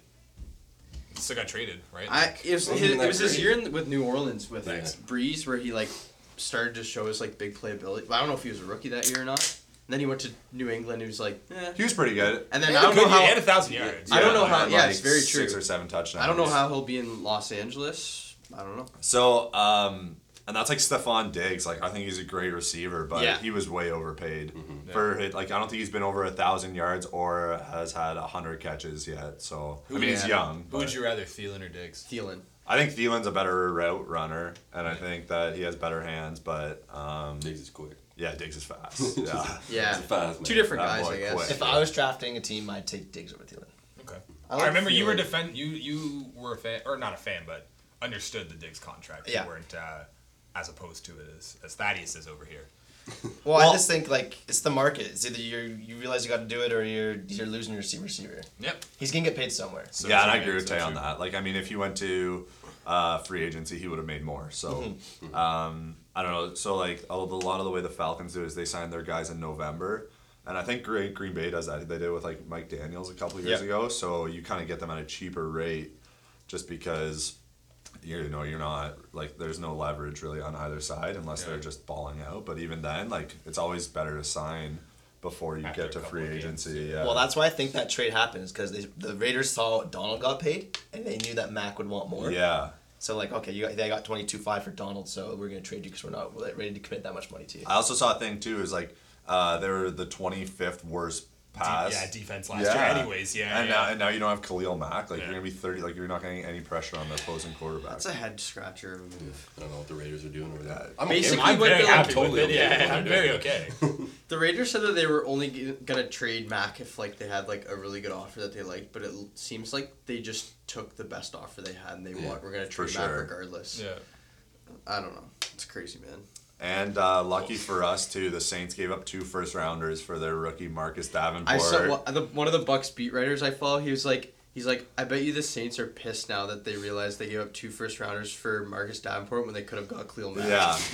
Speaker 2: still got traded, right?
Speaker 5: I, it was,
Speaker 3: Wasn't
Speaker 5: his,
Speaker 3: that
Speaker 5: it was his
Speaker 3: great?
Speaker 5: year in, with New Orleans with
Speaker 3: Thanks.
Speaker 5: Breeze where he like started to show his like big playability. I don't know if he was a rookie that year or not. And then he went to New England. and He was like, eh.
Speaker 4: He was pretty good.
Speaker 5: and
Speaker 2: He had
Speaker 5: then I
Speaker 2: a
Speaker 5: don't
Speaker 2: good
Speaker 5: know
Speaker 2: year, he had
Speaker 5: how
Speaker 2: a thousand yards.
Speaker 5: I don't know how-
Speaker 4: and,
Speaker 5: yeah, it's very
Speaker 4: Six
Speaker 5: true.
Speaker 4: or seven touchdowns.
Speaker 5: I don't know how he'll be in Los Angeles. I don't know.
Speaker 4: So, um, and that's like Stefan Diggs. Like, I think he's a great receiver, but
Speaker 5: Yeah.
Speaker 4: he was way overpaid
Speaker 2: Mm-hmm.
Speaker 4: for his, like. I don't think he's been over a thousand yards or has had a hundred catches yet. So, I mean, he's
Speaker 5: Yeah.
Speaker 4: young.
Speaker 2: Who
Speaker 4: but
Speaker 2: would you rather, Thielen or Diggs?
Speaker 5: Thielen.
Speaker 4: I think Thielen's a better route runner, and I think that he has better hands. But um,
Speaker 3: Diggs is quick.
Speaker 4: yeah, Diggs is fast. yeah,
Speaker 5: Yeah,
Speaker 3: He's a fast man.
Speaker 5: two different
Speaker 4: That
Speaker 5: guys,
Speaker 4: boy
Speaker 5: I guess.
Speaker 4: quick.
Speaker 1: if I was drafting a team I'd take Diggs over Thielen
Speaker 2: Okay.
Speaker 5: I
Speaker 2: I,
Speaker 5: like
Speaker 2: remember you were
Speaker 5: Thielen.
Speaker 2: defend you you were a fan or not a fan, but understood the Diggs contract.
Speaker 1: Yeah.
Speaker 2: You weren't uh, as opposed to it as, as Thaddeus is over here.
Speaker 1: well,
Speaker 4: Well-
Speaker 1: I just think like it's the market it's either you you realize you got to do it or you're you're losing your receiver receiver
Speaker 2: Yep.
Speaker 1: he's gonna get paid somewhere
Speaker 2: So
Speaker 4: yeah, and
Speaker 2: true,
Speaker 4: I agree with
Speaker 2: so
Speaker 4: Tay on
Speaker 2: true.
Speaker 4: that. Like, I mean, if he went to uh, free agency, he would have made more. So,
Speaker 2: Mm-hmm.
Speaker 4: um, I don't know. So, like, a a lot of the way the Falcons do is they sign their guys in November. And I think Green, Green Bay does that. They did it with, like, Mike Daniels a couple years
Speaker 1: Yeah.
Speaker 4: ago. So you kind of get them at a cheaper rate just because, you know, you're not, like, there's no leverage really on either side unless
Speaker 2: Yeah.
Speaker 4: they're just balling out. But even then, like, it's always better to sign before you
Speaker 2: After
Speaker 4: get to
Speaker 2: a couple
Speaker 4: free
Speaker 2: of games,
Speaker 4: agency. Yeah.
Speaker 1: Well, that's why I think that trade happened is because the Raiders saw Donald got paid and they knew that Mac would want more.
Speaker 4: yeah.
Speaker 1: So like, okay, you got, they got twenty two five for Donald, so we're gonna trade you because we're not ready to commit that much money to you.
Speaker 4: I also saw a thing too. Is like uh, they were the 25th worst pass.
Speaker 2: yeah, defense last year. Anyways, yeah.
Speaker 4: And
Speaker 2: yeah.
Speaker 4: now and now you don't have Khalil Mack. Like
Speaker 2: Yeah.
Speaker 4: you're gonna be 30. Like you're not getting any pressure on the opposing quarterback.
Speaker 5: That's a head scratcher of a move.
Speaker 3: I don't know what the Raiders are doing over there.
Speaker 4: Yeah.
Speaker 3: I'm
Speaker 5: Basically,
Speaker 3: okay.
Speaker 2: I'm
Speaker 5: what
Speaker 2: very
Speaker 5: they're like-
Speaker 2: happy
Speaker 3: Totally
Speaker 2: with it.
Speaker 3: okay with
Speaker 2: Yeah,
Speaker 3: what
Speaker 2: I'm
Speaker 3: they're
Speaker 2: very
Speaker 3: doing.
Speaker 2: okay.
Speaker 5: The Raiders said that they were only g- gonna trade Mac if like they had like a really good offer that they liked, but it l- seems like they just took the best offer they had and they
Speaker 3: Yeah,
Speaker 5: want we're gonna
Speaker 4: for
Speaker 5: trade Mac
Speaker 4: sure.
Speaker 5: regardless.
Speaker 2: Yeah.
Speaker 5: I don't know. It's crazy, man.
Speaker 4: And uh, lucky for us too, the Saints gave up two first rounders for their rookie Marcus Davenport.
Speaker 5: I saw one, the, one of the Bucks beat writers I follow. He was like, he's like, I bet you the Saints are pissed now that they realized they gave up two first rounders for Marcus Davenport when they could have got Cleo Mack.
Speaker 4: Yeah.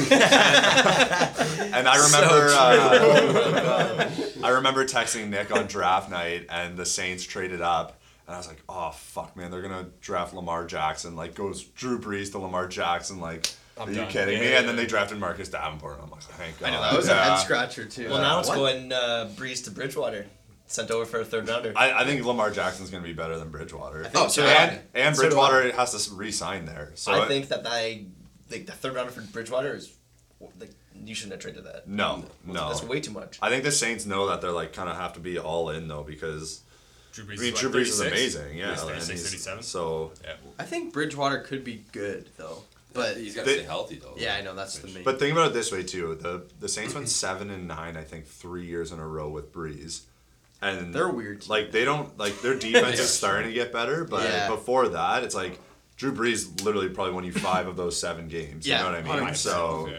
Speaker 4: and I remember uh, I remember texting Nick on draft night and the Saints traded up and I was like, "Oh fuck, man, they're going to draft Lamar Jackson." Like goes Drew Brees to Lamar Jackson like
Speaker 2: I'm
Speaker 4: are you
Speaker 2: done.
Speaker 4: kidding
Speaker 2: Yeah,
Speaker 4: me?
Speaker 2: yeah,
Speaker 4: And then
Speaker 2: yeah.
Speaker 4: they drafted Marcus Davenport. And I'm like, thank God.
Speaker 5: I know that was a
Speaker 4: Yeah.
Speaker 5: head scratcher too.
Speaker 1: Well, now it's
Speaker 5: What?
Speaker 1: going uh, Breeze to Bridgewater, sent over for a third rounder.
Speaker 4: I, I think Lamar Jackson's going to be better than Bridgewater.
Speaker 1: think Oh, so so.
Speaker 4: and, and
Speaker 1: So do I.
Speaker 4: Bridgewater has to s- re-sign there. So
Speaker 1: I
Speaker 4: it-
Speaker 1: think that I like the third rounder for Bridgewater is like you shouldn't have traded that.
Speaker 4: no, no.
Speaker 1: That's way too much.
Speaker 4: I think the Saints know that they're like kind of have to be all in though because
Speaker 2: Drew
Speaker 4: I
Speaker 2: Brees,
Speaker 4: mean,
Speaker 2: what,
Speaker 4: Drew Brees is
Speaker 2: 36?
Speaker 4: amazing. Yeah,
Speaker 2: He's
Speaker 4: and
Speaker 2: 36,
Speaker 4: he's-
Speaker 2: 37.
Speaker 4: So,
Speaker 2: Yeah.
Speaker 5: I think Bridgewater could be good though, but
Speaker 3: He's got to
Speaker 4: They-
Speaker 3: stay healthy though.
Speaker 5: yeah, I know that's the main.
Speaker 4: but think about it this way too: the the Saints went seven and nine, I think, three years in a row with Breeze, and
Speaker 5: They're a weird team.
Speaker 4: Like they don't like their defense is starting to get better, but
Speaker 5: Yeah.
Speaker 4: before that, it's like Drew Brees literally probably won you five of those seven games.
Speaker 5: Yeah,
Speaker 4: you know what I mean?
Speaker 5: 100%.
Speaker 4: So
Speaker 2: Yeah.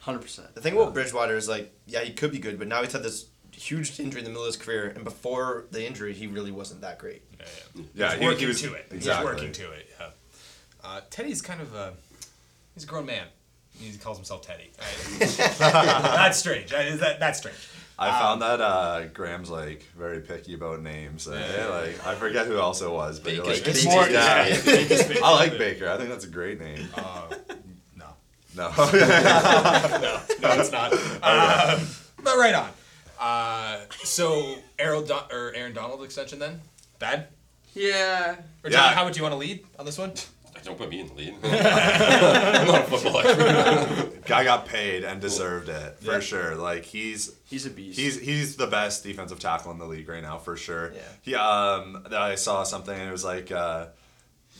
Speaker 5: hundred percent.
Speaker 1: The thing about Bridgewater is like, yeah, he could be good, but now he's had this huge injury in the middle of his career, and before the injury, he really wasn't that great.
Speaker 2: Yeah, yeah.
Speaker 4: yeah,
Speaker 2: He's
Speaker 4: he- he
Speaker 2: working
Speaker 4: was-
Speaker 2: to it.
Speaker 4: Exactly.
Speaker 2: He's working to it. Yeah. Uh, Teddy's kind of a he's a grown man. He calls himself Teddy. I- that's strange. I- that- that's strange.
Speaker 4: I found that uh, Graham's like very picky about names. eh? Like I forget who else it was, but you're
Speaker 1: Baker's
Speaker 4: like,
Speaker 1: It's
Speaker 2: more-
Speaker 4: yeah.
Speaker 2: Baker's Baker.
Speaker 4: I like Baker. I think that's a great name.
Speaker 2: Uh, No,
Speaker 4: No.
Speaker 2: no, it's not. Um, but right on. Uh, so Errol Don- or Aaron Donald extension then? Bad.
Speaker 5: Yeah,
Speaker 2: Or
Speaker 4: Yeah.
Speaker 2: John, how would you want to lead on this one?
Speaker 3: Don't put me in the lead. I'm not a football expert.
Speaker 4: Guy got paid and deserved it for
Speaker 2: Yeah.
Speaker 4: sure. Like he's
Speaker 5: he's a beast.
Speaker 4: he's he's the best defensive tackle in the league right now for sure.
Speaker 1: Yeah.
Speaker 4: He um I saw something and it was like uh,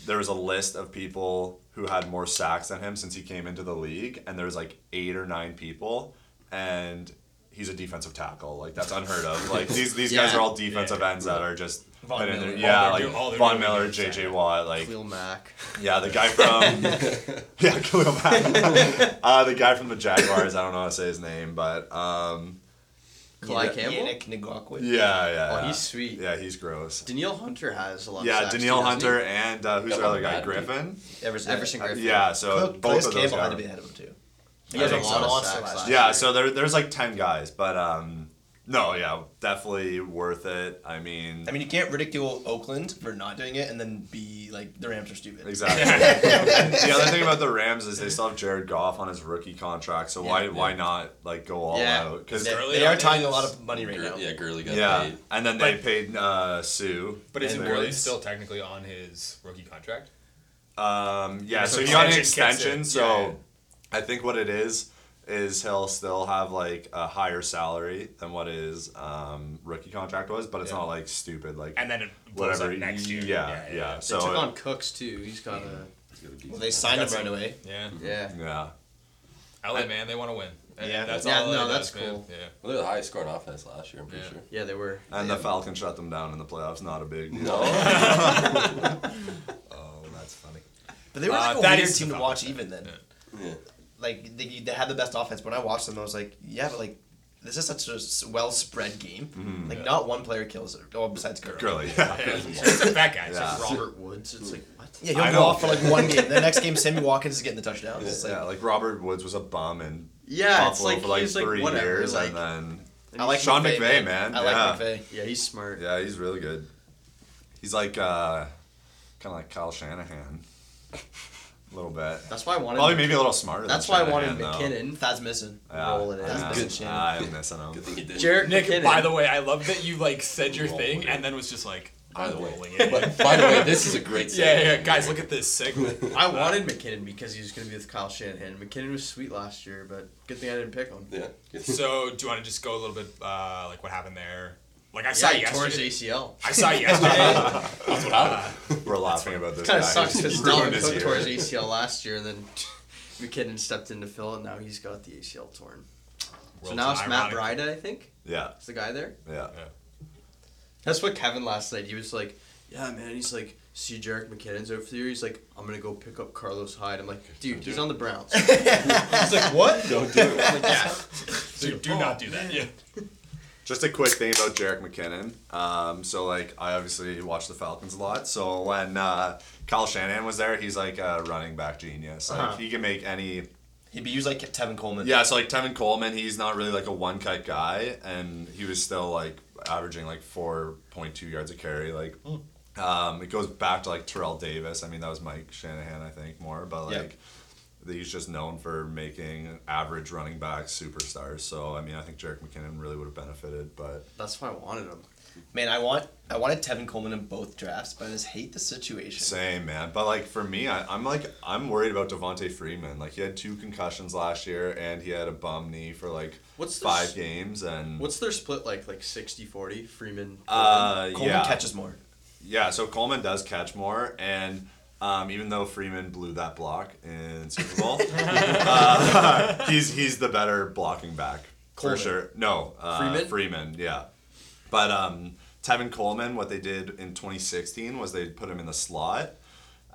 Speaker 4: there was a list of people who had more sacks than him since he came into the league and there was like eight or nine people and he's a defensive tackle. Like that's unheard of. Like these these guys
Speaker 5: Yeah.
Speaker 4: are all defensive ends that are just
Speaker 1: Von
Speaker 4: put in there.
Speaker 1: Miller.
Speaker 4: Yeah,
Speaker 2: All they're
Speaker 4: like
Speaker 2: do- all they're
Speaker 4: Von
Speaker 2: doing is
Speaker 4: Miller,
Speaker 2: defensive.
Speaker 4: JJ Watt, like
Speaker 5: Cleo Mack.
Speaker 4: yeah, the guy from yeah, Khalil Mack. uh, the guy from the Jaguars. I don't know how to say his name, but um,
Speaker 5: Kalai Campbell?
Speaker 1: Yannick Ngakwe.
Speaker 4: yeah, yeah.
Speaker 5: Oh,
Speaker 4: yeah.
Speaker 5: he's sweet.
Speaker 4: Yeah, he's gross.
Speaker 5: Daniil Hunter has a lot.
Speaker 4: yeah,
Speaker 5: of sacks,
Speaker 4: Daniil
Speaker 5: too, doesn't he?
Speaker 4: Hunter and uh, who's
Speaker 3: Got
Speaker 4: the other
Speaker 3: one
Speaker 4: guy?
Speaker 3: bad dude.
Speaker 4: Griffin.
Speaker 1: Everson.
Speaker 5: Everson Griffin.
Speaker 4: Yeah, so
Speaker 1: Cl-
Speaker 4: Uh, both
Speaker 1: Calais
Speaker 4: of those
Speaker 1: Campbell had to be
Speaker 4: guys.
Speaker 1: ahead of him too.
Speaker 5: He
Speaker 4: I
Speaker 5: has a
Speaker 4: think
Speaker 5: lot
Speaker 4: so.
Speaker 5: of
Speaker 1: Monster
Speaker 5: sacks.
Speaker 1: last
Speaker 5: last
Speaker 1: year.
Speaker 4: Yeah,
Speaker 5: year.
Speaker 4: so there, there's like ten guys, but um, no, yeah, definitely worth it. I mean,
Speaker 1: I mean, you can't ridicule Oakland for not doing it and then be like the Rams are stupid.
Speaker 4: Exactly. And the other thing about the Rams is they still have Jared Goff on his rookie contract, so why why not like go all
Speaker 5: Yeah.
Speaker 4: out? 'Cause
Speaker 1: They,
Speaker 4: out?
Speaker 2: Early
Speaker 1: they are
Speaker 2: on,
Speaker 1: tying
Speaker 2: it
Speaker 1: a lot
Speaker 2: was-
Speaker 1: of money right now.
Speaker 3: Gurley- Yeah, Gurley got
Speaker 4: yeah,
Speaker 3: paid.
Speaker 4: and then they
Speaker 2: But-
Speaker 4: paid uh, Sue.
Speaker 2: But isn't
Speaker 1: And
Speaker 2: Gurley
Speaker 1: Woods.
Speaker 2: still technically on his rookie contract?
Speaker 4: Um, yeah,
Speaker 2: So
Speaker 4: so he got an
Speaker 2: extension kicks
Speaker 4: extension.
Speaker 2: it.
Speaker 4: So
Speaker 2: Yeah, yeah.
Speaker 4: I think what it is is he'll still have like a higher salary than what his um, rookie contract was, but it's
Speaker 2: Yeah.
Speaker 4: not like stupid like
Speaker 2: And then it blows
Speaker 4: whatever
Speaker 2: up next year.
Speaker 4: Yeah,
Speaker 2: Yeah,
Speaker 4: yeah.
Speaker 2: yeah, yeah. They
Speaker 5: they took
Speaker 4: So
Speaker 5: on Cooks too. He's got a
Speaker 1: Well, they signed him right away.
Speaker 2: Yeah.
Speaker 5: yeah.
Speaker 4: yeah,
Speaker 2: LA man, they want to win.
Speaker 1: Yeah.
Speaker 2: that's
Speaker 5: Yeah,
Speaker 2: all.
Speaker 5: no,
Speaker 2: it
Speaker 5: that's
Speaker 2: does, man.
Speaker 5: cool.
Speaker 2: Yeah.
Speaker 3: Well, they're the highest scoring offense last year. I'm pretty
Speaker 2: Yeah.
Speaker 3: sure.
Speaker 5: Yeah, they were.
Speaker 4: and
Speaker 5: they,
Speaker 4: the Falcons shut them down in the playoffs. Not a big deal.
Speaker 3: No.
Speaker 4: Oh, that's funny.
Speaker 1: But they were
Speaker 2: Uh,
Speaker 1: like a
Speaker 2: that
Speaker 1: weird
Speaker 2: is
Speaker 1: team
Speaker 2: the
Speaker 1: to watch
Speaker 2: problem.
Speaker 1: even then.
Speaker 3: yeah.
Speaker 1: Like they, they had the best offense. When I watched them, I was like, yeah, but like this is such a s- well spread game.
Speaker 4: Mm-hmm.
Speaker 1: Like not one player kills it. Oh, besides Gurley.
Speaker 4: Girly, yeah.
Speaker 2: It's just that guy. It's just
Speaker 4: Yeah.
Speaker 2: Robert.
Speaker 5: Robert Woods. It's like what?
Speaker 1: Yeah,
Speaker 4: I
Speaker 1: he'll go
Speaker 4: know.
Speaker 1: off for like one game. The next game, Sammy Watkins is getting the touchdowns. It's like,
Speaker 4: yeah, like Robert Woods was a bum and
Speaker 5: Yeah, it's
Speaker 4: Buffalo
Speaker 5: like
Speaker 4: for like
Speaker 5: he's like
Speaker 4: three
Speaker 5: whatever.
Speaker 4: years,
Speaker 5: like,
Speaker 4: and then
Speaker 1: I like
Speaker 4: Sean McVay,
Speaker 1: man.
Speaker 4: man.
Speaker 1: I
Speaker 4: Yeah.
Speaker 1: like McVay.
Speaker 5: yeah, he's smart.
Speaker 4: yeah, he's really good. He's like uh, kind of like Kyle Shanahan. a little bit.
Speaker 5: That's why I wanted.
Speaker 4: Probably maybe a little smarter. than
Speaker 5: That's why I wanted
Speaker 4: Shanahan, though.
Speaker 5: McKinnon.
Speaker 1: Thad's missing.
Speaker 4: Yeah,
Speaker 5: rolling it.
Speaker 4: I
Speaker 1: That's
Speaker 4: know.
Speaker 1: good shit.
Speaker 4: I'm missing him.
Speaker 3: Good thing he did.
Speaker 5: Jarrett
Speaker 2: Nick,
Speaker 5: McKinnon.
Speaker 2: by the way, I love that you like said your thing
Speaker 3: Rolling it.
Speaker 2: and then was just like,
Speaker 3: By the
Speaker 2: I'm
Speaker 3: way,
Speaker 2: rolling it.
Speaker 3: but by the way, this is a great.
Speaker 2: Yeah, yeah, yeah,
Speaker 3: segment.
Speaker 2: guys, look at this segment.
Speaker 5: I wanted McKinnon because he was going to be with Kyle Shanahan. McKinnon was sweet last year, but good thing I didn't pick him.
Speaker 3: Yeah. Good.
Speaker 2: So, do you want to just go a little bit uh, like what happened there? Like I
Speaker 5: Yeah,
Speaker 2: saw
Speaker 5: he tore his
Speaker 2: yesterday.
Speaker 5: ACL.
Speaker 2: I saw yesterday. Uh,
Speaker 3: That's what happened.
Speaker 4: We're laughing about this.
Speaker 5: Kind of
Speaker 4: guy.
Speaker 5: sucks
Speaker 4: He
Speaker 5: because
Speaker 4: ruined
Speaker 5: Dalvin
Speaker 4: his
Speaker 5: Cook
Speaker 4: year.
Speaker 5: tore his ACL last year, and then McKinnon stepped in to fill it. And now he's got the ACL torn. so
Speaker 2: World's
Speaker 5: now it's Matt
Speaker 2: ironic.
Speaker 5: Breida, I think,
Speaker 4: Yeah,
Speaker 5: is the guy there.
Speaker 4: yeah.
Speaker 5: That's what Kevin last night. He was like, "Yeah, man." He's like, "See, Jarek McKinnon's over there." He's like, "I'm gonna go pick up Carlos Hyde." I'm like, "Dude, he's on the Browns."
Speaker 2: He's like, what?
Speaker 3: Don't do it.
Speaker 2: yeah. Dude, do not do that. Yeah.
Speaker 4: Just a quick thing about Jarek McKinnon. Um, so like I obviously watch the Falcons a lot. So when uh, Kyle Shanahan was there, he's like a running back genius. Like
Speaker 1: Uh-huh.
Speaker 4: he can make any.
Speaker 1: He'd be used like Tevin Coleman.
Speaker 4: Yeah, so like Tevin Coleman, he's not really like a one cut guy, and he was still like averaging like four point two yards a carry. Like um, it goes back to like Terrell Davis. I mean that was Mike Shanahan, I think, more, but
Speaker 1: Yeah.
Speaker 4: like. He's just known for making average running backs superstars. So I mean, I think Jarek McKinnon really would have benefited, but
Speaker 5: That's why I wanted him.
Speaker 1: Man, I want I wanted Tevin Coleman in both drafts, but I just hate the situation.
Speaker 4: Same man, but like for me, I, I'm like I'm worried about Devonte Freeman. Like he had two concussions last year, and he had a bum knee for like
Speaker 5: What's the
Speaker 4: five
Speaker 5: s-
Speaker 4: games, and
Speaker 5: What's their split like? Like 60-40? Freeman.
Speaker 4: uh
Speaker 1: Coleman
Speaker 4: yeah
Speaker 1: catches more.
Speaker 4: yeah. So Coleman does catch more, and um, even though Freeman blew that block in Super Bowl, uh, he's he's the better blocking back
Speaker 5: Coleman.
Speaker 4: for sure. No, uh,
Speaker 5: Freeman?
Speaker 4: Freeman, yeah. But um, Tevin Coleman, what they did in 2016 was they put him in the slot,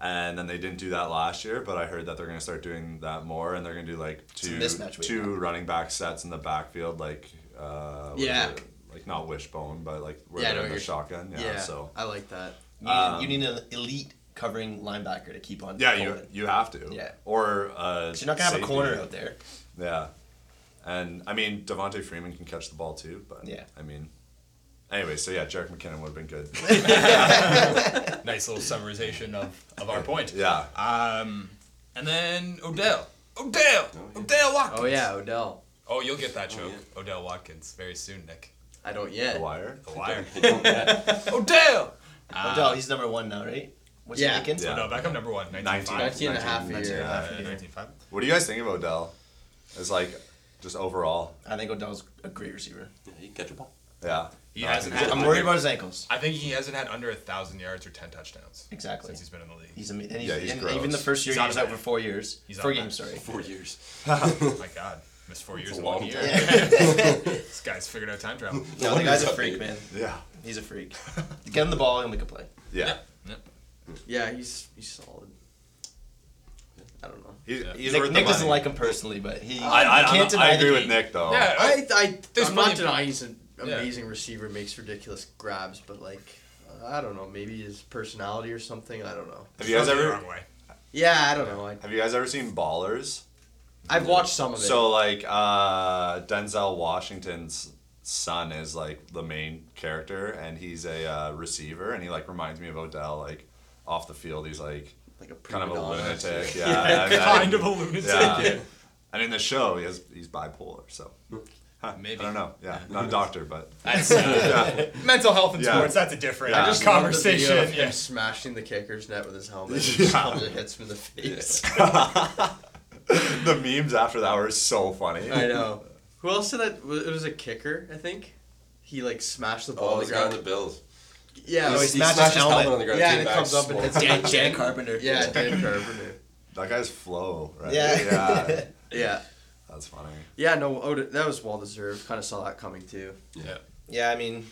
Speaker 4: and then they didn't do that last year. But I heard that they're going to start doing that more, and they're going to do like two
Speaker 1: mismatch week
Speaker 4: two running back sets in the backfield, like uh, what is
Speaker 5: Yeah.
Speaker 4: it? like not wishbone, but like where
Speaker 5: Yeah, I
Speaker 4: they're
Speaker 5: know
Speaker 4: in
Speaker 5: what
Speaker 4: the
Speaker 5: you're-
Speaker 4: shotgun. Yeah,
Speaker 5: yeah,
Speaker 4: so. Um,
Speaker 5: I like that.
Speaker 1: You need, you need an elite covering linebacker to keep on.
Speaker 4: Yeah, you
Speaker 1: Coleman.
Speaker 4: you have to.
Speaker 1: Yeah.
Speaker 4: Or uh,
Speaker 1: 'Cause You're not gonna have
Speaker 4: safety.
Speaker 1: a corner out there.
Speaker 4: Yeah, and I mean Devonte Freeman can catch the ball too, but
Speaker 1: Yeah.
Speaker 4: I mean, anyway, so yeah, Jarek McKinnon would have been good.
Speaker 2: Nice little summarization of, of our point.
Speaker 4: yeah,
Speaker 2: Um, and then Odell. Odell.
Speaker 3: Oh, yeah.
Speaker 2: Odell Watkins.
Speaker 5: Oh yeah, Odell.
Speaker 2: Oh, you'll get that joke.
Speaker 3: yeah.
Speaker 2: Odell Watkins very soon, Nick.
Speaker 5: I don't
Speaker 4: the
Speaker 5: yet.
Speaker 4: wire.
Speaker 2: The wire.
Speaker 3: Yeah.
Speaker 2: Odell. Uh,
Speaker 1: Odell, he's number one now, right? What's
Speaker 5: Yeah.
Speaker 1: Jenkins?
Speaker 4: Yeah.
Speaker 2: No, Beckham number one. 19.
Speaker 4: 19,
Speaker 5: 19 and a half a
Speaker 4: 19,
Speaker 5: year.
Speaker 4: yeah.
Speaker 2: Uh, 19.5.
Speaker 4: What do you guys think of Odell? As like, just overall,
Speaker 1: I think Odell's a great receiver.
Speaker 3: He can catch a ball.
Speaker 4: yeah.
Speaker 2: He
Speaker 4: No, I
Speaker 2: hasn't
Speaker 4: think
Speaker 2: had-
Speaker 4: so.
Speaker 1: I'm worried about his ankles.
Speaker 2: I think he hasn't had under a thousand yards or ten touchdowns
Speaker 5: Oh,
Speaker 1: Exactly.
Speaker 2: since he's been in the league.
Speaker 1: He's amazing. And, he's,
Speaker 4: Yeah, he's
Speaker 1: and
Speaker 4: gross.
Speaker 1: even the first year,
Speaker 2: He's
Speaker 1: he was
Speaker 2: out
Speaker 1: out
Speaker 2: of
Speaker 1: for four years.
Speaker 2: He's
Speaker 1: four
Speaker 2: out of
Speaker 1: games, sorry.
Speaker 3: Four years.
Speaker 2: Oh my God, missed four years
Speaker 3: a
Speaker 2: in one
Speaker 3: long
Speaker 2: year. this guy's figured out time travel.
Speaker 1: No, the guy's a freak, man.
Speaker 4: Yeah,
Speaker 1: He's a freak. Get him the ball, he'll make a play.
Speaker 4: yeah.
Speaker 5: Yeah, he's he's solid. I don't know.
Speaker 4: He's,
Speaker 2: Yeah.
Speaker 4: he's
Speaker 1: Nick,
Speaker 4: worth
Speaker 1: Nick
Speaker 4: the
Speaker 1: doesn't
Speaker 4: money.
Speaker 1: like him personally, but he
Speaker 4: I, I,
Speaker 1: you can't
Speaker 4: I'm- I
Speaker 1: deny the
Speaker 4: agree with
Speaker 1: game.
Speaker 4: Nick though.
Speaker 2: Yeah.
Speaker 5: I I
Speaker 2: There's
Speaker 5: I'm not
Speaker 2: plenty-
Speaker 5: denying he's an
Speaker 2: Yeah.
Speaker 5: amazing receiver, makes ridiculous grabs, but like uh, I don't know, maybe his personality or something. I don't know.
Speaker 4: Have you guys
Speaker 2: Rubbed it the
Speaker 4: ever
Speaker 2: wrong way.
Speaker 5: Yeah, I don't know. I,
Speaker 4: have you guys ever seen Ballers?
Speaker 5: I've watched some of it.
Speaker 4: So like uh, Denzel Washington's son is like the main character, and he's a uh, receiver, and he like reminds me of Odell. Like off the field, he's like
Speaker 5: like a
Speaker 4: kind of a
Speaker 5: pre-Madonna.
Speaker 4: lunatic. Yeah, and then-
Speaker 2: Kind of a lunatic.
Speaker 4: Yeah. And in the show, he has, he's bipolar, so Huh,
Speaker 2: Maybe.
Speaker 4: I don't know. Yeah, not a doctor, but
Speaker 2: That's, uh, Mental health in
Speaker 4: Yeah.
Speaker 2: sports. That's a different
Speaker 4: Yeah. I
Speaker 5: Just love the video
Speaker 2: conversation.
Speaker 5: of him
Speaker 2: Yeah.
Speaker 5: smashing the kicker's net with his helmet.
Speaker 4: Yeah.
Speaker 5: Yeah. Probably hits him in the face.
Speaker 4: the memes after that were so funny.
Speaker 5: I know. Who else did that? It was a kicker, I think. He like smashed the ball
Speaker 3: Oh,
Speaker 5: on
Speaker 3: the
Speaker 5: the
Speaker 3: guy on the
Speaker 5: ground.
Speaker 3: Bills.
Speaker 5: Yeah,
Speaker 1: No,
Speaker 5: Oh, it
Speaker 1: he
Speaker 5: was-
Speaker 1: smashed his helmet.
Speaker 3: on the ground.
Speaker 5: Yeah,
Speaker 3: came
Speaker 5: and it
Speaker 3: back,
Speaker 5: comes up and
Speaker 3: swung.
Speaker 5: hits
Speaker 1: Dan, Dan Carpenter.
Speaker 5: yeah, Dan Carpenter.
Speaker 4: That guy's flow, right?
Speaker 1: Yeah.
Speaker 4: yeah.
Speaker 5: Yeah,
Speaker 4: That's funny.
Speaker 5: yeah. No, oh, that was well deserved. Kind of saw that coming too.
Speaker 3: Yeah.
Speaker 1: Yeah, I mean,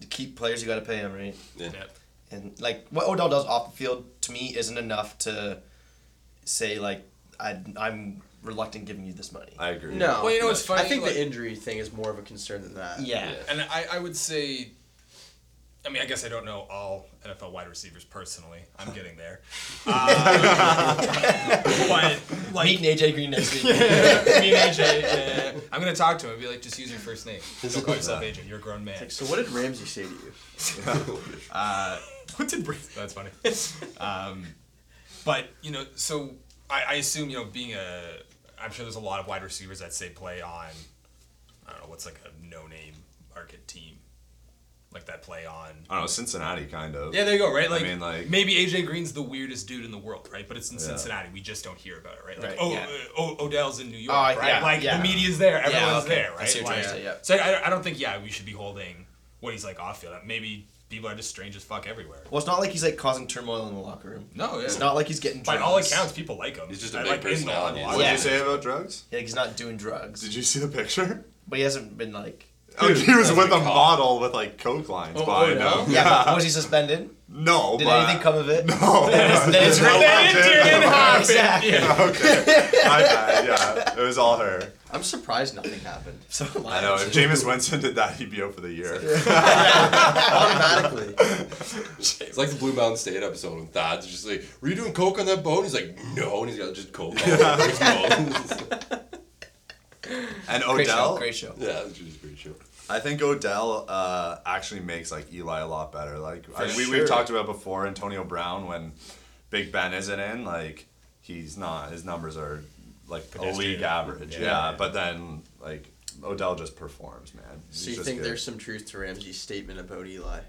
Speaker 1: to keep players, you got to pay them, right?
Speaker 3: Yeah.
Speaker 2: Yeah.
Speaker 1: And like what Odell does off the field to me isn't enough to say like I I'm reluctant giving you this money.
Speaker 4: I agree.
Speaker 5: No,
Speaker 2: Well, you know what's funny?
Speaker 5: I think
Speaker 2: Like-
Speaker 5: the injury thing is more of a concern than that.
Speaker 1: yeah.
Speaker 3: Yeah.
Speaker 2: And I, I would say, I mean, I guess I don't know all NFL wide receivers personally. I'm getting there. Um, but, like,
Speaker 1: Meeting AJ Green next week.
Speaker 2: me and AJ, yeah. I'm going to talk to him and be like, just use your first name. Don't call yourself AJ. You're a grown man.
Speaker 5: Like, so what did Ramsey say to you?
Speaker 2: Uh, what did Bra- That's funny. Um, But you know, so I, I assume you know being a, I'm sure there's a lot of wide receivers that say play on, I don't know what's like a no-name market team, like that play on.
Speaker 4: I don't know Cincinnati kind of.
Speaker 2: Yeah, there you go. Right,
Speaker 4: I
Speaker 2: like,
Speaker 4: mean, like-
Speaker 2: maybe AJ Green's the weirdest dude in the world, right? But it's in
Speaker 4: Yeah.
Speaker 2: Cincinnati. We just don't hear about it, right? Like,
Speaker 1: Right,
Speaker 2: oh,
Speaker 1: yeah.
Speaker 2: uh, O- Odell's in New York,
Speaker 1: Oh, I-
Speaker 2: right?
Speaker 1: yeah,
Speaker 2: like
Speaker 1: yeah.
Speaker 2: the media's there, everyone's
Speaker 1: okay.
Speaker 2: there, right?
Speaker 1: I see what you're trying
Speaker 2: Like,
Speaker 1: to say, yeah.
Speaker 2: So I, I don't think yeah we should be holding what he's like off field. Maybe people are just strange as fuck everywhere.
Speaker 1: Well, it's not like he's like causing turmoil in the locker room.
Speaker 2: No, yeah.
Speaker 1: It's not like he's getting.
Speaker 2: By
Speaker 1: Drugs.
Speaker 2: all accounts, people like him.
Speaker 3: He's just a
Speaker 2: I
Speaker 3: big
Speaker 2: like him a lot.
Speaker 3: personality.
Speaker 4: What
Speaker 1: Yeah.
Speaker 4: did you say about drugs?
Speaker 1: Yeah, like, he's not doing drugs.
Speaker 4: Did you see the picture?
Speaker 1: But he hasn't been like.
Speaker 4: Dude, he was
Speaker 3: that's
Speaker 4: with a
Speaker 3: what we call
Speaker 4: model with like coke lines
Speaker 5: Oh,
Speaker 4: behind
Speaker 5: oh,
Speaker 4: him.
Speaker 1: Yeah. but was he suspended?
Speaker 4: No,
Speaker 1: Did
Speaker 4: but
Speaker 1: anything come of it?
Speaker 4: No.
Speaker 1: Then it's
Speaker 4: No,
Speaker 1: written.
Speaker 4: I did.
Speaker 1: Exactly.
Speaker 2: Yeah.
Speaker 4: My bad, yeah. It was all her.
Speaker 5: I'm surprised nothing happened.
Speaker 1: So am
Speaker 4: I know. If Jameis Winston did that, he'd be out for the year.
Speaker 1: automatically.
Speaker 3: It's like the Blue Mountain State episode when Thad's just like, "Were you doing coke on that boat?" And he's like, "No," and he's got just coke. All over his bones.
Speaker 4: And
Speaker 1: Great
Speaker 4: Odell,
Speaker 1: show. Great show.
Speaker 3: yeah, it's just a great show.
Speaker 4: I think Odell uh, actually makes like Eli a lot better. Like I, we
Speaker 1: sure.
Speaker 4: we've talked about before, Antonio Brown when Big Ben isn't in, like he's not. His numbers are like a
Speaker 2: Pedestrian.
Speaker 4: league average.
Speaker 2: Yeah.
Speaker 4: Yeah, but then like Odell just performs, man. He's
Speaker 5: So you
Speaker 4: just
Speaker 5: think
Speaker 4: good.
Speaker 5: there's some truth to Ramsey's statement about Eli?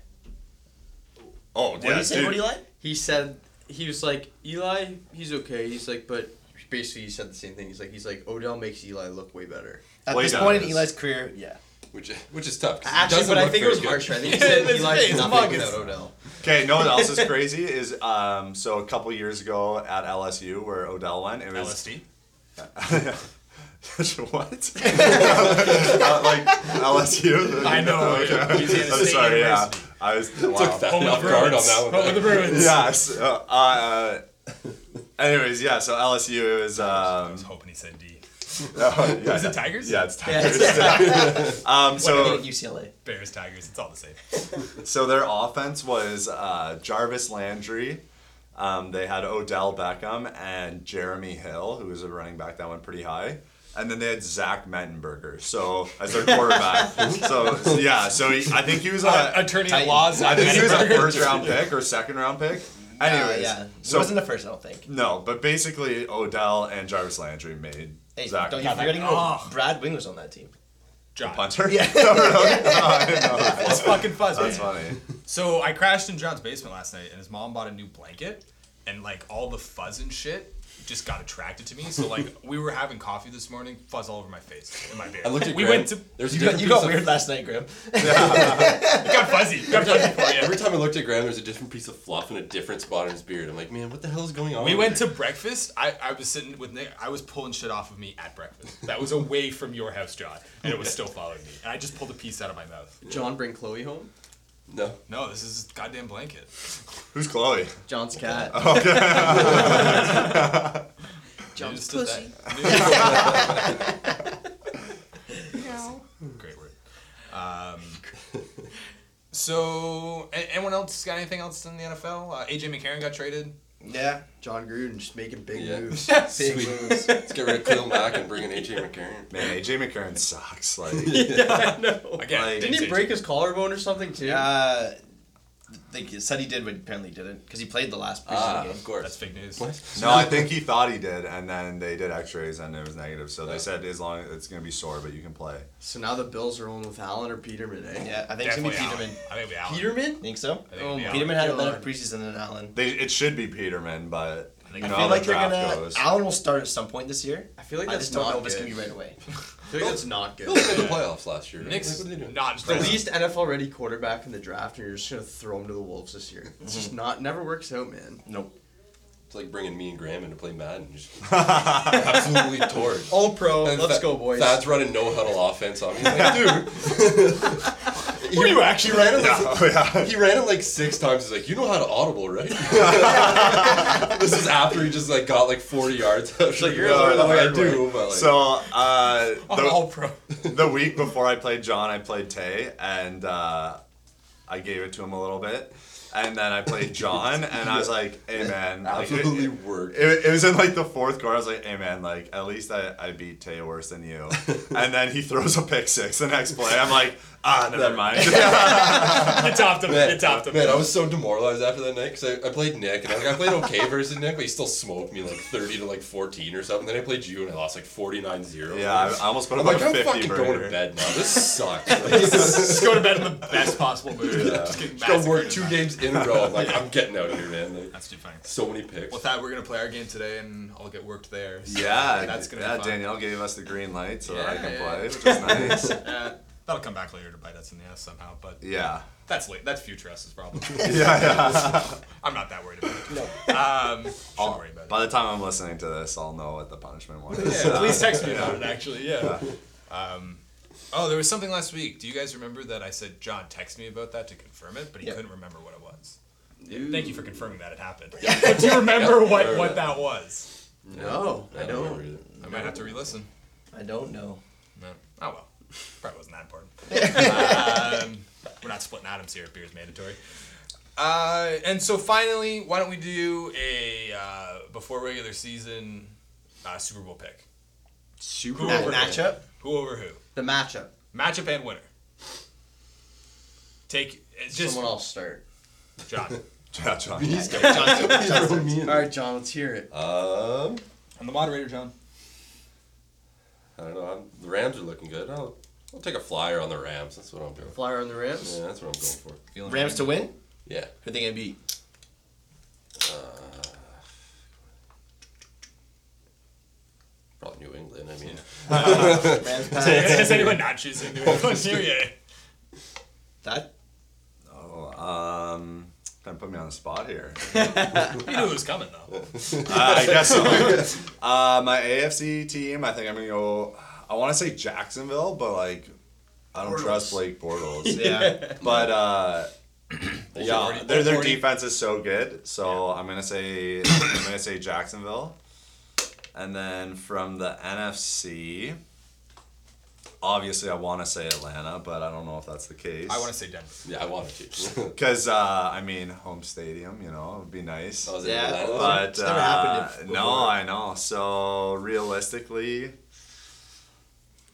Speaker 4: oh
Speaker 1: What
Speaker 4: yeah,
Speaker 1: do you say?
Speaker 4: dude.
Speaker 1: What do you like?
Speaker 5: He said he was like Eli, he's okay. He's like, but basically he said the same thing. He's like, he's like Odell makes Eli look way better.
Speaker 1: At
Speaker 4: Well, he
Speaker 1: this point in
Speaker 4: does.
Speaker 1: Eli's career, yeah.
Speaker 3: Which which is tough. 'cause he
Speaker 5: Actually,
Speaker 3: doesn't
Speaker 5: but I
Speaker 3: look
Speaker 5: think it
Speaker 3: very
Speaker 5: was
Speaker 3: good.
Speaker 5: harsher. I think he
Speaker 2: Yeah,
Speaker 5: said
Speaker 2: it's-
Speaker 5: Eli's
Speaker 2: it's
Speaker 5: nothing
Speaker 2: mug,
Speaker 5: without
Speaker 2: it's-
Speaker 5: Odell.
Speaker 4: Okay, no one else is crazy. Is um so a couple years ago at LSU where Odell went, it was
Speaker 2: LSD.
Speaker 4: what? Uh, like LSU.
Speaker 2: I know, yeah. Louisiana
Speaker 4: I'm
Speaker 2: State
Speaker 4: sorry. Yeah,
Speaker 2: University.
Speaker 4: I was.
Speaker 3: Took
Speaker 4: Wow.
Speaker 3: Thad
Speaker 2: Home of
Speaker 3: off
Speaker 2: the
Speaker 3: guard on
Speaker 2: Bruins.
Speaker 3: that one.
Speaker 2: Home of the Bruins.
Speaker 4: Yes. Uh, uh, anyways, yeah. So LSU is.
Speaker 2: I
Speaker 4: Um,
Speaker 2: was hoping he said D.
Speaker 4: oh, yeah,
Speaker 2: Is
Speaker 4: yeah.
Speaker 2: it Tigers?
Speaker 4: Yeah, it's
Speaker 1: Yeah,
Speaker 4: Tigers.
Speaker 1: it's-
Speaker 4: Um,
Speaker 1: so,
Speaker 4: so,
Speaker 1: at UCLA.
Speaker 2: Bears, Tigers. It's all the same.
Speaker 4: so their offense was uh, Jarvis Landry. Um, they had Odell Beckham and Jeremy Hill, who was a running back that went pretty high. And then they had Zach Mettenberger, so as their quarterback. so, so, yeah, so he, I think he was
Speaker 2: Uh,
Speaker 4: a,
Speaker 2: attorney
Speaker 1: Titan.
Speaker 2: at laws.
Speaker 4: I think he was a
Speaker 2: Manning.
Speaker 4: first round pick or second round
Speaker 1: Uh,
Speaker 4: pick.
Speaker 1: Yeah,
Speaker 4: Anyways,
Speaker 1: yeah.
Speaker 4: so
Speaker 1: it wasn't the first, I don't think.
Speaker 4: No, but basically Odell and Jarvis Landry made
Speaker 1: Hey,
Speaker 4: Zach
Speaker 1: don't you
Speaker 4: the
Speaker 2: Yeah,
Speaker 1: forgetting
Speaker 2: like,
Speaker 1: oh.
Speaker 2: oh.
Speaker 1: Brad Wing was on that team.
Speaker 2: John.
Speaker 4: punter.
Speaker 1: Yeah.
Speaker 2: That's fucking fuzz.
Speaker 4: That's
Speaker 2: man.
Speaker 4: funny.
Speaker 2: So I crashed in John's basement last night, and his mom bought a new blanket, and like all the fuzz and shit just got attracted to me. So like we were having coffee this morning, fuzz all over my face and my beard.
Speaker 3: I looked at
Speaker 2: we
Speaker 3: Graham.
Speaker 2: went to.
Speaker 3: There's a
Speaker 1: You got,
Speaker 3: different
Speaker 1: you got
Speaker 3: piece of-
Speaker 1: weird last night, Graham.
Speaker 2: It got fuzzy. It got fuzzy for you.
Speaker 3: Every time I looked at Graham, there's a different piece of fluff and a different spot in his beard. I'm like, man, what the hell is going on?
Speaker 2: We
Speaker 3: over
Speaker 2: went
Speaker 3: there?"
Speaker 2: to breakfast. I, I was sitting with Nick. I was pulling shit off of me at breakfast. That was away from your house, John, and it was still following me. And I just pulled a piece out of my mouth.
Speaker 5: John bring Chloe home.
Speaker 3: no.
Speaker 2: No, this is goddamn blanket.
Speaker 4: Who's Chloe?
Speaker 5: John's cat. John's
Speaker 2: News to
Speaker 5: pussy.
Speaker 2: that- news- Great word. Um, so, a- anyone else got anything else in the NFL? Uh, AJ McCarron got traded.
Speaker 1: Yeah.
Speaker 5: John Gruden just making big
Speaker 3: Yeah.
Speaker 5: moves. Big
Speaker 3: Sweet.
Speaker 5: moves.
Speaker 3: Let's get rid of Khalil Mack and bring in AJ McCarron.
Speaker 4: Man, AJ McCarron sucks. Like
Speaker 5: yeah, I know.
Speaker 2: Again,
Speaker 4: Like-
Speaker 5: Didn't he
Speaker 2: AJ.
Speaker 5: break his collarbone or something too?
Speaker 1: Uh, they said he did, but apparently he didn't because he played the last preseason
Speaker 3: Ah,
Speaker 1: game.
Speaker 3: of course.
Speaker 2: That's fake news.
Speaker 3: What?
Speaker 4: No, I think he thought he did, and then they did X-rays and it was negative. So they said as long as it's gonna be sore, but you can play.
Speaker 5: so now the Bills are rolling with Allen or Peterman, eh?
Speaker 1: Yeah, I think it's gonna
Speaker 2: Definitely
Speaker 1: be
Speaker 2: Allen.
Speaker 1: Peterman.
Speaker 2: I think it'll be Allen.
Speaker 5: Peterman?
Speaker 1: Think so?
Speaker 2: I think it'll be
Speaker 5: Oh,
Speaker 2: Allen.
Speaker 1: Peterman had a
Speaker 5: God.
Speaker 1: better preseason than Allen.
Speaker 4: They it should be Peterman, but you
Speaker 2: I
Speaker 4: know
Speaker 1: I
Speaker 4: how
Speaker 1: feel
Speaker 4: the
Speaker 1: like they're
Speaker 4: draft
Speaker 1: gonna.
Speaker 4: goes.
Speaker 1: Allen will start at some point this year.
Speaker 5: I feel like
Speaker 1: I
Speaker 5: that's
Speaker 1: just don't know
Speaker 5: not
Speaker 1: if it's gonna be
Speaker 5: good.
Speaker 1: right away.
Speaker 5: I feel like that's not
Speaker 3: They
Speaker 5: good.
Speaker 3: played in the playoffs last year. right?
Speaker 2: Nick's
Speaker 3: What did they do?
Speaker 2: not
Speaker 5: the
Speaker 2: impressed.
Speaker 5: least NFL ready quarterback in the draft, and you're just gonna throw him to the wolves this year. It's
Speaker 1: Mm-hmm.
Speaker 5: just not never works out, man.
Speaker 1: Nope.
Speaker 3: It's like bringing me and Graham in to play Madden. Just absolutely torch.
Speaker 5: All pro,
Speaker 3: And
Speaker 5: let's
Speaker 3: Tha-
Speaker 5: go, boys.
Speaker 3: Thad's running no huddle offense on me. He's like, dude,
Speaker 2: Were you actually
Speaker 3: he ran it like,
Speaker 4: Oh, yeah.
Speaker 3: he ran it like six times. He's like, you know how to audible, right? this is after he just like got like 40 yards. So
Speaker 5: you're
Speaker 4: learning the
Speaker 3: I
Speaker 4: hard way.
Speaker 3: do, but like,
Speaker 4: So uh,
Speaker 2: on
Speaker 4: the,
Speaker 2: all pro?
Speaker 4: the week before I played John, I played Tay, and uh, I gave it to him a little bit. and then I played John, and I was like, "Hey man, like, it-
Speaker 3: Absolutely
Speaker 4: it-
Speaker 3: worked.
Speaker 4: It, it was in like the fourth quarter. I was like, "Hey man, like at least I, I beat Tay worse than you." and then he throws a pick six the next play. I'm like, "Ah, never mind."
Speaker 2: You topped him. You
Speaker 3: Man,
Speaker 2: topped him.
Speaker 3: man, I was so demoralized after that night because I, I played Nick and I, like, I played okay versus Nick, but he still smoked me like 30 to like 14 or something. Then I played you and I lost like 49 0.
Speaker 4: yeah, I, I almost put
Speaker 3: I'm
Speaker 4: him
Speaker 3: like,
Speaker 4: on
Speaker 3: I'm
Speaker 4: a fifty
Speaker 3: fucking going to
Speaker 4: burger.
Speaker 3: bed now. This sucks. Like, this is-
Speaker 2: Just go to bed in the best possible mood. Just getting
Speaker 3: Go work
Speaker 2: massacred.
Speaker 3: two games in a row. I'm like, I'm getting out of here, man. Like,
Speaker 2: That's too funny.
Speaker 3: so many picks.
Speaker 2: Well, Thad, we're gonna play our game today, and I'll get worked there. so
Speaker 4: Yeah,
Speaker 2: that's gonna
Speaker 4: yeah.
Speaker 2: be fun.
Speaker 4: Danielle gave us the green light so that I
Speaker 2: Yeah,
Speaker 4: can
Speaker 2: yeah.
Speaker 4: play, which is nice.
Speaker 2: Uh, that'll come back later to bite us in the ass somehow, but
Speaker 4: yeah,
Speaker 2: that's late. That's future us's problem.
Speaker 4: yeah, yeah.
Speaker 2: I'm not that worried about it. No. Um, shouldn't worry about it.
Speaker 4: By the time I'm listening to this, I'll know what the punishment was.
Speaker 2: Yeah, please text me about it. Actually, yeah. Um, oh, there was something last week. Do you guys remember that I said John text me about that to confirm it, but he
Speaker 1: Yeah.
Speaker 2: couldn't remember what it was.
Speaker 5: Ooh.
Speaker 2: Thank you for confirming that it happened. But do you remember what,
Speaker 3: remember
Speaker 2: what
Speaker 3: that.
Speaker 2: that was?
Speaker 1: No, I
Speaker 3: I don't remember
Speaker 1: don't.
Speaker 3: either.
Speaker 2: I might have to re-listen.
Speaker 1: I don't know.
Speaker 2: No. Oh well. Probably wasn't that important. um, we're not splitting atoms here. Beer's mandatory. Uh, and so finally, why don't we do a uh, before regular season uh, Super Bowl pick?
Speaker 5: Super
Speaker 2: Who
Speaker 1: That
Speaker 2: over who?
Speaker 1: matchup?
Speaker 2: Who over who?
Speaker 5: The matchup.
Speaker 2: Matchup and winner. Take it's just
Speaker 5: Someone else start.
Speaker 2: John.
Speaker 4: Yeah, John.
Speaker 3: He's got me in.
Speaker 5: All right, John, let's hear it.
Speaker 3: Um,
Speaker 2: I'm the moderator, John.
Speaker 3: I don't know. I'm, the Rams are looking good. I'll, I'll take a flyer on the Rams. That's what I'm doing.
Speaker 5: Flyer on the Rams.
Speaker 3: Yeah, that's what I'm going for.
Speaker 2: Feeling
Speaker 1: Rams to win?
Speaker 3: Yeah.
Speaker 1: Who they gonna beat?
Speaker 3: Probably New England. I mean,
Speaker 1: Rams pass.
Speaker 2: Is anyone not choosing New England here yet?
Speaker 1: that
Speaker 4: Oh, um, kind of put me on the spot here.
Speaker 2: You knew it was coming though.
Speaker 4: Uh, I guess so. uh, my AFC team, I think I'm gonna go. I want to say Jacksonville, but like, I don't trust Blake Bortles.
Speaker 1: yeah.
Speaker 4: But uh, yeah,
Speaker 2: already-
Speaker 4: their their
Speaker 2: already-
Speaker 4: defense is so good. So I'm gonna say I'm gonna say Jacksonville, and then from the NFC. Obviously, I want to say Atlanta, but I don't know if that's the case.
Speaker 2: I want to say Denver.
Speaker 3: yeah, I wanted to.
Speaker 4: because uh, I mean, home stadium, you know, it would be nice.
Speaker 3: I was
Speaker 1: Yeah,
Speaker 3: in Atlanta.
Speaker 1: Oh,
Speaker 4: But
Speaker 1: It's never
Speaker 4: uh,
Speaker 1: happened before.
Speaker 4: no, I know. So realistically,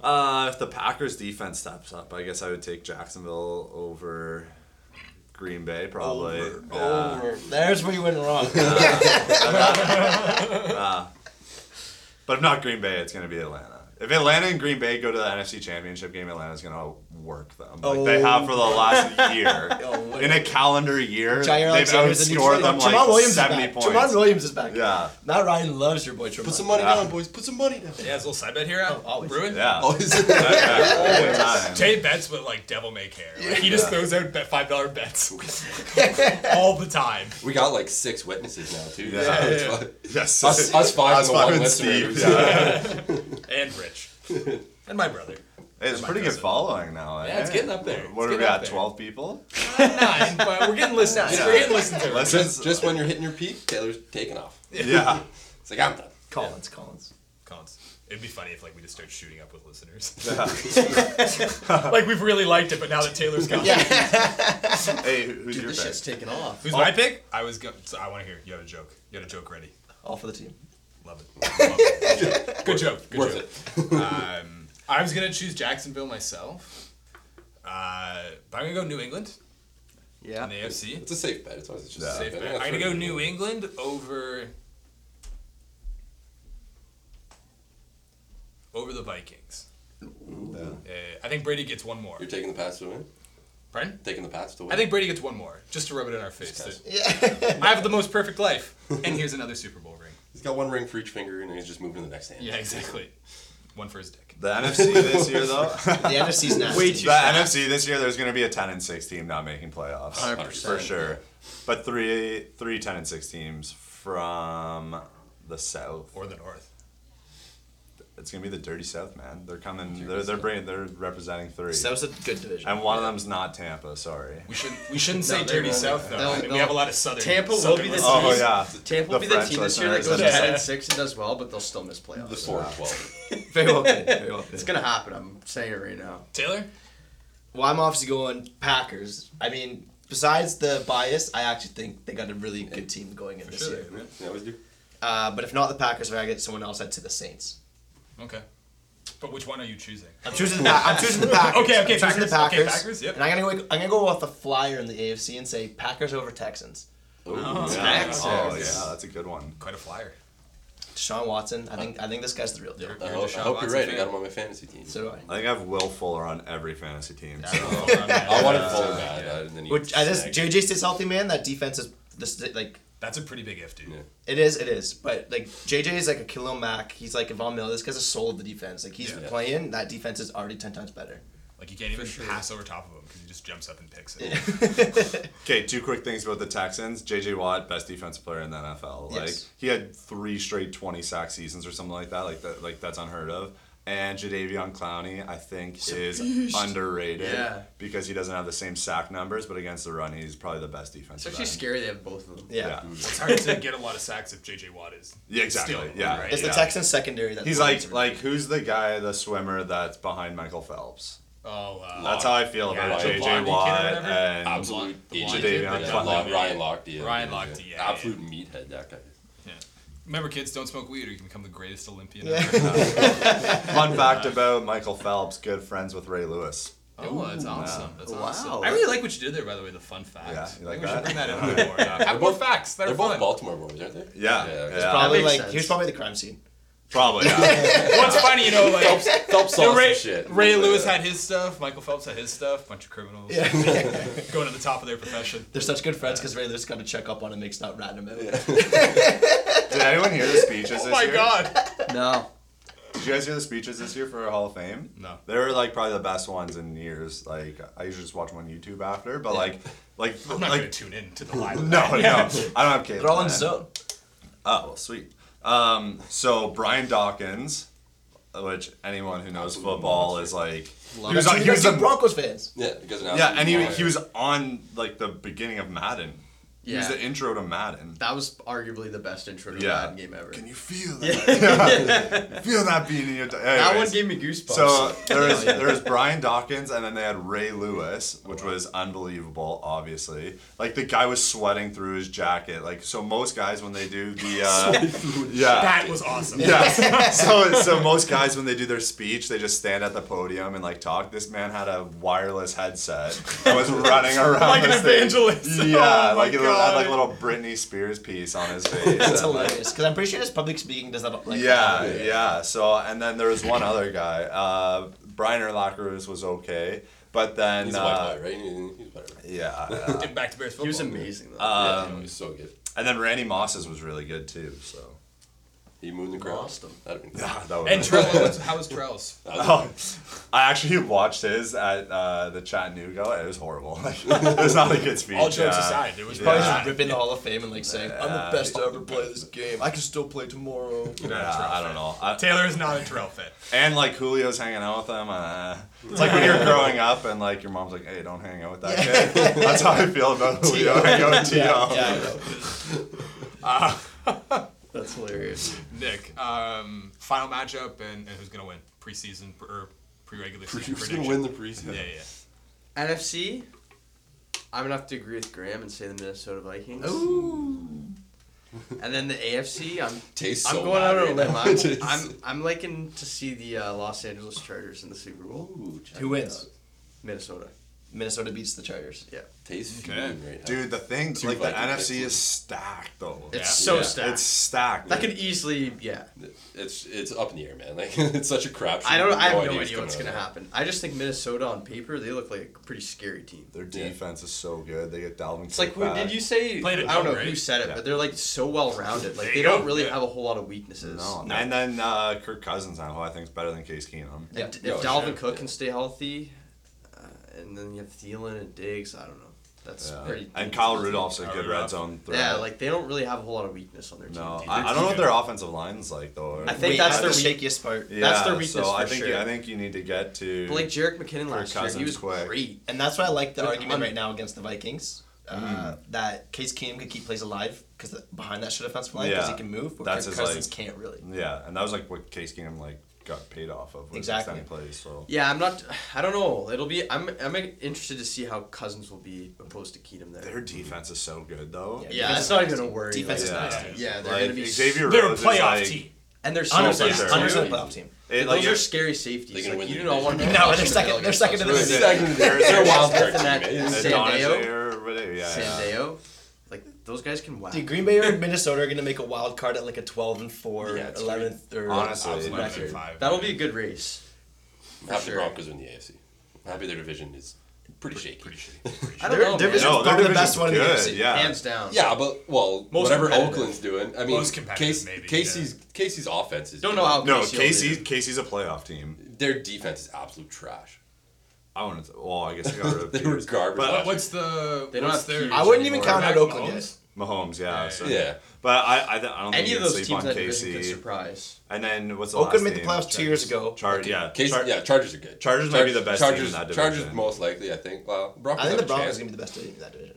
Speaker 4: uh, if the Packers defense steps up, I guess I would take Jacksonville over Green Bay, probably. Yeah.
Speaker 1: Over. Oh, There's where you went wrong.
Speaker 4: uh, But if not Green Bay, it's gonna be Atlanta. If Atlanta and Green Bay go to the NFC Championship game, Atlanta's gonna work them like they have for the last year.
Speaker 1: Oh,
Speaker 4: In a calendar year,
Speaker 1: Jair
Speaker 4: they've
Speaker 1: Alexander's the new
Speaker 4: outscored
Speaker 1: player.
Speaker 4: them
Speaker 1: Tremont
Speaker 4: like
Speaker 1: Williams is
Speaker 4: seventy
Speaker 1: back.
Speaker 4: points.
Speaker 1: Tremont Williams is back.
Speaker 4: Yeah.
Speaker 1: Matt Ryan loves your boy Tremont.
Speaker 3: Put some money
Speaker 4: Yeah.
Speaker 3: down, boys. Put some money down.
Speaker 2: Yeah, it's a little side bet here. Al.
Speaker 1: Oh, always.
Speaker 2: Ruin.
Speaker 4: Yeah.
Speaker 3: Oh, is it?
Speaker 4: Every time.
Speaker 2: Jay bets with like devil may care. Like, he just throws out bet five dollar bets all the time.
Speaker 3: we got like six witnesses now too.
Speaker 4: Yeah.
Speaker 3: so it's
Speaker 2: Yeah.
Speaker 3: fun.
Speaker 4: Yes.
Speaker 3: Us, us five,
Speaker 4: Us
Speaker 3: and
Speaker 4: five
Speaker 3: the one
Speaker 4: and
Speaker 3: listener.
Speaker 4: Steve,
Speaker 3: who's-
Speaker 4: yeah.
Speaker 2: And Rich. And my brother.
Speaker 4: Hey, it's a
Speaker 2: my
Speaker 4: pretty good
Speaker 2: cousin.
Speaker 4: following now.
Speaker 3: Yeah, it's
Speaker 4: eh?
Speaker 3: getting up there.
Speaker 4: What
Speaker 3: It's
Speaker 4: are we
Speaker 3: getting up
Speaker 4: at?
Speaker 3: there.
Speaker 4: Twelve people.
Speaker 2: Nine, but we're getting listened to. We're getting listened to.
Speaker 4: Let's
Speaker 3: Just, just when you're hitting your peak, Taylor's taking off.
Speaker 4: yeah.
Speaker 3: It's like I'm done.
Speaker 1: Collins, Collins.
Speaker 2: Cons. It'd be funny if like we just start shooting up with listeners. like we've really liked it, but now that Taylor's gone,
Speaker 4: Hey, who- who's
Speaker 5: Dude,
Speaker 4: your
Speaker 5: this shit's
Speaker 4: pick?
Speaker 5: taking off.
Speaker 2: who's my pick? Oh. I was going. So I want to hear. You had a joke. You had a joke ready.
Speaker 1: All for the team.
Speaker 2: Love it. Love it. Good joke. Good
Speaker 3: Worth
Speaker 2: joke. Um, I was gonna choose Jacksonville myself, uh, but I'm gonna go New England
Speaker 5: Yeah.
Speaker 2: in the AFC.
Speaker 3: It's a safe bet. It's always just a
Speaker 4: Yeah.
Speaker 3: safe
Speaker 2: Safe
Speaker 3: bet.
Speaker 2: bet. I'm gonna go New England over over the Vikings. Uh, I think Brady gets one more.
Speaker 3: You're taking the pass to win.
Speaker 2: Pardon?
Speaker 3: Taking the pass to win.
Speaker 2: I think Brady gets one more, just to rub it in our face.
Speaker 3: Just
Speaker 2: that I have the most perfect life, and here's another Super Bowl ring.
Speaker 3: he's got one ring for each finger, and he's just moving to the next hand.
Speaker 2: Yeah, exactly. One for his dick.
Speaker 4: The NFC this year, though.
Speaker 1: The NFC's nasty.
Speaker 4: the NFC this year, there's going to be a ten and six team not making playoffs
Speaker 5: 100%.
Speaker 4: for sure. But three, three 10 and six teams from the South.
Speaker 2: Or the North.
Speaker 4: It's going to be the Dirty South, man. They're coming. They're they're bringing. They're representing three.
Speaker 1: That was a good division.
Speaker 4: And one of them's not Tampa. Sorry.
Speaker 2: We shouldn't. We shouldn't say
Speaker 1: No, they
Speaker 2: dirty
Speaker 1: won't.
Speaker 2: South though. I
Speaker 5: They'll-
Speaker 2: mean, we
Speaker 5: they'll-
Speaker 2: have a lot of southern.
Speaker 5: Tampa will
Speaker 2: southern
Speaker 5: be the
Speaker 2: listeners.
Speaker 4: Oh
Speaker 5: Jeez.
Speaker 4: yeah.
Speaker 5: Tampa
Speaker 4: The
Speaker 5: will be the
Speaker 4: French
Speaker 5: team this year that
Speaker 4: listeners
Speaker 5: goes
Speaker 4: and-
Speaker 5: 10 and 6 and does well, but they'll still miss
Speaker 3: The
Speaker 5: playoffs.
Speaker 3: four twelve.
Speaker 1: Very well played. Very well
Speaker 5: It's
Speaker 1: played.
Speaker 5: gonna happen. I'm saying it right now.
Speaker 2: Taylor.
Speaker 1: Well, I'm obviously going Packers. I mean, besides the bias, I actually think they got a really good team going in
Speaker 2: For
Speaker 1: this
Speaker 2: sure.
Speaker 1: year.
Speaker 2: man.
Speaker 3: They always do.
Speaker 1: Uh, but if not the Packers, if I get someone else, I'd say the Saints.
Speaker 2: Okay. But which one are you choosing?
Speaker 1: I'm choosing the Pack- I'm choosing the Packers.
Speaker 2: Okay, okay,
Speaker 1: I'm choosing the
Speaker 2: Packers.
Speaker 1: Packers.
Speaker 2: Okay, Packers, yep.
Speaker 1: And I'm gonna go, I'm gonna go off the flyer in the AFC and say Packers over Texans.
Speaker 3: Ooh,
Speaker 2: Oh,
Speaker 3: yeah.
Speaker 1: Texans.
Speaker 4: Oh yeah, that's a good one.
Speaker 2: Quite a flyer.
Speaker 1: Deshaun Watson. I think I think this guy's the real deal.
Speaker 2: You're-
Speaker 3: I
Speaker 2: you're
Speaker 3: hope,
Speaker 2: Deshaun
Speaker 3: I hope you're
Speaker 2: Watson
Speaker 3: right. I
Speaker 2: fan.
Speaker 3: got him on my fantasy team.
Speaker 1: So do I.
Speaker 4: I think I have Will Fuller on every fantasy team.
Speaker 2: Yeah, I
Speaker 4: so-
Speaker 2: don't know, man.
Speaker 3: I wanted
Speaker 2: Uh,
Speaker 3: Fuller bad.
Speaker 2: yeah.
Speaker 3: I didn't need
Speaker 1: Which I just
Speaker 3: Snag.
Speaker 1: JJ stays healthy, man. That defense is this like
Speaker 2: That's a pretty big if, dude.
Speaker 3: Yeah.
Speaker 1: it is, it is. But like JJ is like a Kilo Mac. He's like a Von Miller. This guy's a soul of the defense. Like he's
Speaker 2: Yeah.
Speaker 1: playing. That defense is already ten times better.
Speaker 2: Like you can't even
Speaker 5: sure.
Speaker 2: pass over top of him because he just jumps up and picks it.
Speaker 4: Okay, two quick things about the Texans. JJ Watt, best defensive player in the NFL. Like
Speaker 1: Yes.
Speaker 4: he had three straight twenty sack seasons or something like that. Like that like that's unheard of. And Jadavion Clowney, I think, is underrated
Speaker 5: Yeah.
Speaker 4: because he doesn't have the same sack numbers, but against the run, he's probably the best defensive.
Speaker 5: It's actually
Speaker 4: end.
Speaker 5: scary they have both of them.
Speaker 1: Yeah.
Speaker 4: Yeah.
Speaker 2: It's hard to get a lot of sacks if JJ Watt is.
Speaker 4: Yeah, exactly.
Speaker 2: Still,
Speaker 4: yeah,
Speaker 2: right?
Speaker 1: It's
Speaker 4: yeah.
Speaker 1: the Texans secondary that
Speaker 4: He's like like who's the guy, the swimmer that's behind Michael Phelps.
Speaker 2: Oh, uh,
Speaker 4: That's how I feel
Speaker 2: Yeah,
Speaker 4: about
Speaker 2: the
Speaker 4: JJ
Speaker 2: blondie kid or
Speaker 4: Watt
Speaker 2: whatever?
Speaker 4: and
Speaker 3: Absolute.
Speaker 2: He
Speaker 3: blind-
Speaker 4: did,
Speaker 3: yeah,
Speaker 4: yeah.
Speaker 3: Lock- Ryan Lochte.
Speaker 2: Ryan Lochte, yeah,
Speaker 3: Absolute meathead, that guy.
Speaker 2: Yeah. Remember, kids, don't smoke weed or you can become the greatest Olympian
Speaker 1: Yeah.
Speaker 2: ever.
Speaker 4: Fun fact about Michael Phelps, good friends with Ray Lewis.
Speaker 2: Oh, that's awesome.
Speaker 4: yeah.
Speaker 2: That's
Speaker 5: Wow.
Speaker 2: awesome. I really like what you did there, by the way, the fun facts.
Speaker 4: Yeah, you
Speaker 2: I think
Speaker 4: like
Speaker 2: we should
Speaker 4: that?
Speaker 2: bring that in a bit more. Uh, Have more
Speaker 3: both-
Speaker 2: facts. That
Speaker 3: They're
Speaker 2: are
Speaker 3: both
Speaker 2: fun.
Speaker 3: Baltimore boys, aren't they?
Speaker 4: Yeah,
Speaker 3: Yeah,
Speaker 4: yeah,
Speaker 3: it's
Speaker 1: probably
Speaker 5: That makes
Speaker 1: like
Speaker 5: sense.
Speaker 1: here's probably the crime scene.
Speaker 4: probably. Yeah.
Speaker 2: What's funny, you know, like.
Speaker 3: Phelps, Phelps saw
Speaker 2: you know,
Speaker 3: some
Speaker 2: Ray,
Speaker 3: shit.
Speaker 2: Ray Lewis
Speaker 3: Yeah.
Speaker 2: had his stuff. Michael Phelps had his stuff. Bunch of criminals going to the top of their profession.
Speaker 1: They're such good friends because Ray just got to check up on him, makes not ratting him out.
Speaker 4: Did anyone hear the speeches this
Speaker 2: Oh my
Speaker 4: year?
Speaker 2: god.
Speaker 5: No.
Speaker 4: Did you guys hear the speeches this year for Hall of Fame?
Speaker 2: No.
Speaker 4: They were like probably the best ones in years. Like I usually just watch them on YouTube after, but like like
Speaker 2: I'm not going
Speaker 4: like
Speaker 2: to tune in to the live.
Speaker 4: no, no. I don't have cable.
Speaker 1: They're all in
Speaker 4: man.
Speaker 1: zone.
Speaker 4: Oh, well, sweet. Um, so Brian Dawkins, which anyone who knows
Speaker 3: Absolute
Speaker 4: football
Speaker 3: monster.
Speaker 4: is like
Speaker 5: Love
Speaker 4: he was, on, he was
Speaker 1: Two
Speaker 4: the
Speaker 1: Broncos fans.
Speaker 3: Yeah, because
Speaker 4: yeah, and he, he was on like the beginning of Madden. He was
Speaker 5: Yeah.
Speaker 4: the intro to Madden.
Speaker 5: That was arguably the best intro to
Speaker 4: Yeah.
Speaker 5: a Madden game ever.
Speaker 4: Can you feel that? feel that being in your.
Speaker 5: That one
Speaker 4: Anyways.
Speaker 5: gave me goosebumps.
Speaker 4: So there was there was Brian Dawkins, and then they had Ray Lewis, which was unbelievable. Obviously, like the guy was sweating through his jacket. Like so, most guys when they do the uh, yeah.
Speaker 2: That was awesome.
Speaker 4: Yeah. So so most guys when they do their speech, they just stand at the podium and like talk. This man had a wireless headset and was running around
Speaker 2: Like an
Speaker 4: this thing.
Speaker 2: evangelist.
Speaker 4: Yeah,
Speaker 2: Oh my
Speaker 4: like it had
Speaker 2: God.
Speaker 4: like a little Britney Spears piece on his face.
Speaker 1: That's
Speaker 4: and, like,
Speaker 1: hilarious because I'm pretty sure his public speaking does that. Like,
Speaker 4: yeah,
Speaker 3: Yeah.
Speaker 4: yeah, So and then there was one other guy. Uh, Brian Erlacher's was okay, but then
Speaker 3: He's a
Speaker 4: uh,
Speaker 3: white guy, right? He- He's white. right?
Speaker 4: yeah, uh,
Speaker 2: Getting back to Bears football.
Speaker 5: he was amazing though.
Speaker 3: Yeah, no, he's so good.
Speaker 4: and then Randy Moss's was really good too. So
Speaker 3: He moved the crowd.
Speaker 5: Lost him.
Speaker 3: That'd have been
Speaker 4: Ah, that was-
Speaker 2: And Trell, was- how was Trell's?
Speaker 4: Oh, I actually watched his at uh, the Chattanooga. It was horrible. Like, it was not a good speech.
Speaker 2: All jokes
Speaker 4: yeah.
Speaker 2: aside, there was
Speaker 1: Probably
Speaker 2: probably
Speaker 1: just ripping the Hall of Fame and like saying, "I'm
Speaker 4: Yeah.
Speaker 1: the best to ever play this game. I can still play tomorrow."
Speaker 4: Yeah, I don't know. I,
Speaker 2: Taylor is not a Trell fan.
Speaker 4: and like Julio's hanging out with him. Uh, it's like when you're growing up and like your mom's like, "Hey, don't hang out with that kid." That's how I feel about Julio hanging out with Tio.
Speaker 1: yeah, I know.
Speaker 5: That's hilarious.
Speaker 2: Uh, Nick, um, final matchup and, and who's gonna win preseason pr- or pre-regular season
Speaker 3: Who's gonna
Speaker 2: prediction?
Speaker 3: win the preseason?
Speaker 2: yeah, yeah.
Speaker 5: NFC, I'm gonna have to agree with Graham and say the Minnesota Vikings. And then the AFC, I'm
Speaker 3: Tastes
Speaker 5: I'm
Speaker 3: so
Speaker 5: going out
Speaker 3: bad
Speaker 5: on a
Speaker 3: right
Speaker 5: limb.
Speaker 3: now.
Speaker 5: I'm,
Speaker 3: It
Speaker 5: I'm I'm liking to see the uh, Los Angeles Chargers in the Super Bowl.
Speaker 3: Ooh, check
Speaker 1: Who
Speaker 3: it
Speaker 1: wins?
Speaker 3: out.
Speaker 5: Minnesota.
Speaker 1: Minnesota beats the Chargers.
Speaker 5: Yeah.
Speaker 3: Tastes
Speaker 2: Okay.
Speaker 3: okay. right now.
Speaker 4: Dude, the thing,
Speaker 3: Two
Speaker 4: like the
Speaker 3: Viking
Speaker 4: NFC
Speaker 3: picks.
Speaker 4: is stacked though.
Speaker 5: It's
Speaker 2: Yeah.
Speaker 5: so
Speaker 3: Yeah.
Speaker 5: stacked.
Speaker 4: It's stacked.
Speaker 5: that could easily yeah.
Speaker 3: It's it's up in the air, man. Like it's such a crapshoot.
Speaker 5: I don't. I have no
Speaker 3: idea
Speaker 5: idea what's
Speaker 3: coming
Speaker 5: gonna
Speaker 3: out of
Speaker 5: happen. I just think Minnesota on paper they look like a pretty scary team.
Speaker 4: Their defense is so good. They get Dalvin.
Speaker 5: It's like who did you say?
Speaker 2: Played it
Speaker 5: Uh, I don't know
Speaker 2: down,
Speaker 5: who
Speaker 2: right?
Speaker 5: said it,
Speaker 4: Yeah.
Speaker 5: but they're like so well rounded.
Speaker 2: There
Speaker 5: Like
Speaker 2: you
Speaker 5: they don't
Speaker 2: go,
Speaker 5: really
Speaker 2: yeah.
Speaker 5: have a whole lot of weaknesses.
Speaker 4: No. And then uh, Kirk Cousins now, who I think is better than Case Keenum.
Speaker 1: Yeah.
Speaker 5: If, if
Speaker 3: No,
Speaker 5: Dalvin
Speaker 3: sure,
Speaker 5: Cook
Speaker 3: yeah.
Speaker 5: can stay healthy, uh, and then you have Thielen and Diggs, I don't know. That's
Speaker 4: Yeah.
Speaker 5: pretty.
Speaker 4: And Kyle Rudolph's a
Speaker 2: Kyle
Speaker 4: good red
Speaker 2: Rudolph.
Speaker 4: zone threat.
Speaker 5: Yeah, like they don't really have a whole lot of weakness on their team.
Speaker 4: no,
Speaker 5: do they?
Speaker 4: I, I don't know what their offensive line's like though.
Speaker 5: I think that's
Speaker 1: the
Speaker 5: their
Speaker 1: shakiest part.
Speaker 4: yeah,
Speaker 5: that's their weakness
Speaker 4: So I
Speaker 5: for
Speaker 4: think
Speaker 5: sure.
Speaker 4: I think you need to get to.
Speaker 5: but like Jarek McKinnon last year, he
Speaker 4: Cousins
Speaker 5: was
Speaker 4: quick.
Speaker 5: great.
Speaker 1: And that's why I like the
Speaker 5: But
Speaker 1: argument
Speaker 5: I'm-
Speaker 1: right now against the Vikings. Uh,
Speaker 4: Mm.
Speaker 1: That Case Keenum could keep plays alive because behind that shit offensive line because
Speaker 4: Yeah.
Speaker 1: he can move, but
Speaker 4: That's
Speaker 1: Kirk
Speaker 4: his,
Speaker 1: Cousins
Speaker 4: like-
Speaker 1: can't really.
Speaker 4: yeah, and that was like what Case Keenum like got paid off of with
Speaker 1: Exactly.
Speaker 4: extended plays. So
Speaker 5: Yeah, I'm not. I don't know. It'll be. I'm. I'm interested to see how Cousins will be opposed to Keenum there.
Speaker 4: their defense is so good though.
Speaker 1: Yeah.
Speaker 5: yeah, it's not even a worry.
Speaker 1: Defense is
Speaker 5: like,
Speaker 1: nice.
Speaker 4: Yeah.
Speaker 5: Yeah, they're
Speaker 4: Like,
Speaker 5: gonna be
Speaker 4: Xavier
Speaker 2: They're a
Speaker 4: Rhodes is,
Speaker 2: playoff
Speaker 4: like-
Speaker 2: team.
Speaker 1: And they're so
Speaker 2: Hundred
Speaker 1: nice.
Speaker 4: percent.
Speaker 1: Hundred percent
Speaker 5: Yeah.
Speaker 1: playoff team.
Speaker 4: It,
Speaker 5: Those
Speaker 4: like,
Speaker 5: are scary safeties.
Speaker 3: They can
Speaker 5: like,
Speaker 3: win
Speaker 5: you
Speaker 3: the
Speaker 5: do not want to.
Speaker 3: division.
Speaker 1: No, they're second. They're second in the
Speaker 4: Really
Speaker 1: division.
Speaker 4: second.
Speaker 3: They're, they're a wild card
Speaker 5: That's
Speaker 3: team.
Speaker 5: an
Speaker 3: eh?
Speaker 5: act-
Speaker 3: It's-
Speaker 5: San Diego?
Speaker 4: or whatever. Yeah, yeah.
Speaker 5: Sandeo, like those guys can wow.
Speaker 1: Dude, Green Bay or Minnesota are going to make a wild card at like a 12 and 4,
Speaker 3: Yeah, it's
Speaker 1: 11th or
Speaker 4: Honestly,
Speaker 1: record.
Speaker 4: eleven
Speaker 2: and five.
Speaker 5: That'll be a good race.
Speaker 3: I'm happy
Speaker 5: sure.
Speaker 3: the Broncos win the AFC. I'm happy their division is pretty shaky.
Speaker 2: Pretty shitty. Pretty
Speaker 5: I
Speaker 2: shitty.
Speaker 5: don't
Speaker 1: Their
Speaker 5: know.
Speaker 1: division's
Speaker 5: man.
Speaker 4: No, their
Speaker 1: probably the
Speaker 4: division's
Speaker 1: best one in the
Speaker 4: good,
Speaker 1: AFC.
Speaker 4: Yeah.
Speaker 5: hands down.
Speaker 3: Yeah, but well,
Speaker 2: Most
Speaker 3: whatever
Speaker 2: competitive.
Speaker 3: Oakland's doing, I mean,
Speaker 2: Most competitive,
Speaker 3: Casey,
Speaker 2: maybe,
Speaker 3: Casey's Casey's offense is
Speaker 5: Don't know how.
Speaker 4: No,
Speaker 5: Casey will
Speaker 4: Casey.
Speaker 5: do.
Speaker 4: Casey's a playoff team.
Speaker 3: their defense is absolute trash.
Speaker 4: I want to. Well, I guess they got rid of
Speaker 3: They were
Speaker 4: Peters.
Speaker 3: garbage.
Speaker 4: But
Speaker 2: What- What's the?
Speaker 5: They don't
Speaker 2: what's
Speaker 5: have
Speaker 2: their-
Speaker 5: teams
Speaker 1: I wouldn't even
Speaker 5: anymore.
Speaker 1: count out
Speaker 2: Mac
Speaker 1: Oakland yet.
Speaker 2: Mahomes?
Speaker 4: Mahomes, yeah.
Speaker 2: Yeah,
Speaker 4: so-
Speaker 3: yeah,
Speaker 4: But I, I, I don't think
Speaker 5: Any
Speaker 4: you can
Speaker 5: of those
Speaker 4: sleep
Speaker 5: teams
Speaker 4: on
Speaker 5: in that division could
Speaker 4: Casey.
Speaker 5: surprise.
Speaker 4: And then what's the
Speaker 1: Oakland
Speaker 4: last
Speaker 1: made the
Speaker 4: team?
Speaker 1: playoffs two years ago.
Speaker 4: Char- yeah,
Speaker 3: Casey,
Speaker 4: Char-
Speaker 3: yeah, Chargers are good.
Speaker 4: Chargers might be the best team in
Speaker 3: Chargers,
Speaker 4: that
Speaker 3: Chargers
Speaker 4: division.
Speaker 3: most likely, I think. Well, Broncos
Speaker 1: I think the
Speaker 3: have a chance.
Speaker 1: Broncos are going to be the best team in that division.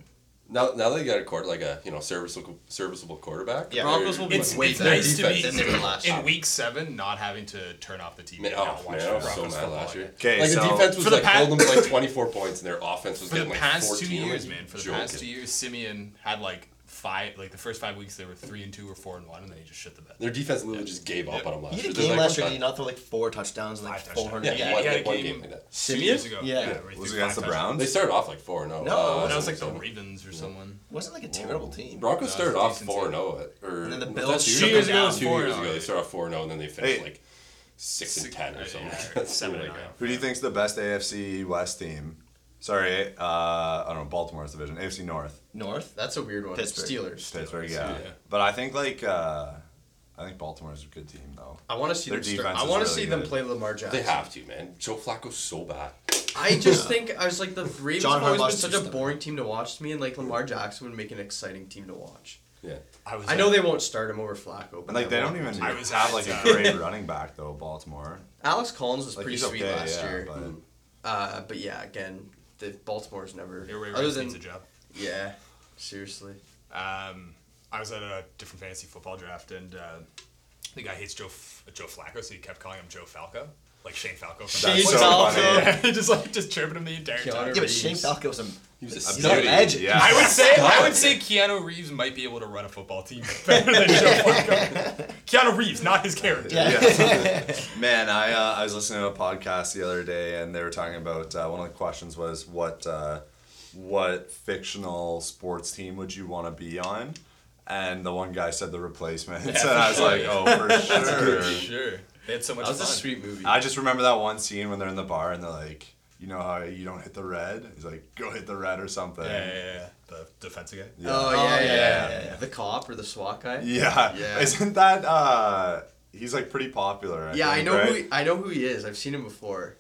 Speaker 3: Now, now they got a quarter like a you know serviceable serviceable quarterback.
Speaker 1: Yeah.
Speaker 5: Broncos will be
Speaker 2: It's,
Speaker 5: way
Speaker 2: it's
Speaker 5: better
Speaker 2: nice to be
Speaker 5: than they were last year.
Speaker 2: in week seven, not having to turn off the TV.
Speaker 3: Man,
Speaker 2: and
Speaker 3: oh
Speaker 2: not
Speaker 3: man,
Speaker 2: watch
Speaker 3: I
Speaker 2: the
Speaker 3: was so
Speaker 2: Broncos
Speaker 3: mad
Speaker 2: football
Speaker 3: last year.
Speaker 2: again.
Speaker 4: Okay,
Speaker 3: like the
Speaker 4: so-
Speaker 3: defense was
Speaker 2: For the
Speaker 3: like
Speaker 2: pa-
Speaker 3: holding them to like 24 points, and their offense was
Speaker 2: For the
Speaker 3: getting like
Speaker 2: past
Speaker 3: 14.
Speaker 2: two
Speaker 3: I'm like,
Speaker 2: years, man, for the past two
Speaker 3: joking.
Speaker 2: years, Simeon had like five, like the first five weeks they were three and two or four and one, and then he just shit the bed.
Speaker 3: Their defense literally just gave up on them last
Speaker 1: He
Speaker 3: year.
Speaker 1: did a
Speaker 3: They're
Speaker 1: game
Speaker 3: like,
Speaker 1: last year.
Speaker 3: "We're
Speaker 1: Did he not throw like four touchdowns and like
Speaker 2: Five
Speaker 1: four hundred?
Speaker 3: done." Yeah,
Speaker 2: Yeah,
Speaker 3: one,
Speaker 2: he had
Speaker 3: like
Speaker 2: a
Speaker 3: one
Speaker 2: game-
Speaker 3: game like that.
Speaker 2: Two years ago,
Speaker 1: Yeah.
Speaker 2: where he
Speaker 4: Was it
Speaker 2: threw
Speaker 4: against the
Speaker 2: five
Speaker 4: Browns?
Speaker 3: They started off like four. No,
Speaker 1: No,
Speaker 3: uh,
Speaker 2: touchdowns. That
Speaker 1: No,
Speaker 2: was like the
Speaker 3: something.
Speaker 2: Ravens or someone.
Speaker 1: wasn't like a terrible team.
Speaker 3: Broncos
Speaker 2: No,
Speaker 3: started
Speaker 2: it's a
Speaker 3: off
Speaker 2: decent
Speaker 3: four
Speaker 2: team.
Speaker 3: zero, or
Speaker 1: And then the
Speaker 3: was that
Speaker 1: Bills
Speaker 3: two
Speaker 1: shook
Speaker 3: years
Speaker 2: them
Speaker 3: ago.
Speaker 2: down.
Speaker 3: Two
Speaker 2: Four
Speaker 3: years
Speaker 2: and
Speaker 3: ago,
Speaker 2: oh.
Speaker 3: they started off four zero, and then they finished
Speaker 4: Hey.
Speaker 3: like six, and
Speaker 2: Six-
Speaker 3: ten or something.
Speaker 2: yeah,
Speaker 3: like
Speaker 2: or
Speaker 3: that.
Speaker 2: seven
Speaker 3: Something
Speaker 2: and
Speaker 3: like
Speaker 2: nine.
Speaker 4: Who do you think's the best AFC West team? Sorry, uh, I don't know Baltimore's division, AFC North,
Speaker 1: North.
Speaker 5: That's a weird one.
Speaker 1: Pittsburgh.
Speaker 5: Steelers.
Speaker 4: Pittsburgh. Yeah.
Speaker 3: yeah.
Speaker 4: but I think like uh, I think Baltimore's a good team though.
Speaker 5: I want to see
Speaker 4: Their
Speaker 5: them. Start,
Speaker 4: defense
Speaker 5: I
Speaker 4: is
Speaker 5: want to
Speaker 4: really
Speaker 5: see them
Speaker 4: good.
Speaker 5: play Lamar
Speaker 3: that.
Speaker 5: Jackson.
Speaker 3: They have to, man. Joe Flacco's so bad.
Speaker 5: I just think I was like the Ravens
Speaker 1: John
Speaker 5: have always
Speaker 1: Harbaugh's
Speaker 5: been such
Speaker 1: too
Speaker 5: a
Speaker 1: stubborn.
Speaker 5: boring team to watch to me, and like Lamar Jackson would make an exciting team to watch.
Speaker 3: Yeah.
Speaker 2: I was.
Speaker 5: I know they won't start him over Flacco, but
Speaker 4: And like they
Speaker 5: I
Speaker 4: don't
Speaker 5: want
Speaker 4: even
Speaker 5: them to.
Speaker 2: I was
Speaker 4: have
Speaker 2: at,
Speaker 4: like a
Speaker 2: uh,
Speaker 4: great running back though. Baltimore,
Speaker 5: Alex Collins was
Speaker 4: like
Speaker 5: pretty
Speaker 4: he's
Speaker 5: sweet
Speaker 4: okay,
Speaker 5: last
Speaker 4: yeah,
Speaker 5: year,
Speaker 4: but
Speaker 5: uh, but yeah, again, the Baltimore's never.
Speaker 2: They were
Speaker 5: Other
Speaker 2: Ravens needs
Speaker 5: than
Speaker 2: a job.
Speaker 5: yeah, seriously,
Speaker 2: Um, I was at a different fantasy football draft, and uh, the guy hates Joe F- Joe Flacco, so he kept calling him Joe Falco, like Shane Falco. From
Speaker 5: Shane
Speaker 4: that's so
Speaker 5: Falco.
Speaker 4: funny.
Speaker 2: Yeah, just like just chirping him the entire time.
Speaker 5: Keanu
Speaker 1: Yeah, but
Speaker 5: Reeves.
Speaker 1: Shane Falco was a
Speaker 3: He was a
Speaker 1: he's
Speaker 3: stud.
Speaker 1: a
Speaker 4: Beauty,
Speaker 1: legend.
Speaker 4: yeah.
Speaker 2: I would say I would say Keanu Reeves might be able to run a football team better than Joe Flacco. Keanu Reeves, not his character.
Speaker 1: Yeah.
Speaker 4: Yeah. Man, I uh, I was listening to a podcast the other day, and they were talking about uh, one of the questions was what uh, what fictional sports team would you want to be on? And the one guy said the replacements, and I was like, oh, for sure.
Speaker 2: Sure. They had so much
Speaker 5: that was a
Speaker 2: fun.
Speaker 5: sweet movie.
Speaker 4: I just remember that one scene when they're in the bar and they're like, you know how you don't hit the red? He's like, go hit the red or something.
Speaker 2: Yeah, yeah, yeah, yeah. The defensive guy.
Speaker 4: Yeah.
Speaker 5: oh yeah, yeah, yeah,
Speaker 1: yeah,
Speaker 5: yeah,
Speaker 1: yeah.
Speaker 5: the cop or the SWAT guy.
Speaker 4: Yeah.
Speaker 5: Yeah.
Speaker 4: Isn't that uh he's like pretty popular. I
Speaker 5: Yeah, I
Speaker 4: think,
Speaker 5: know who
Speaker 4: right?
Speaker 5: he, I know who he is. I've seen him before.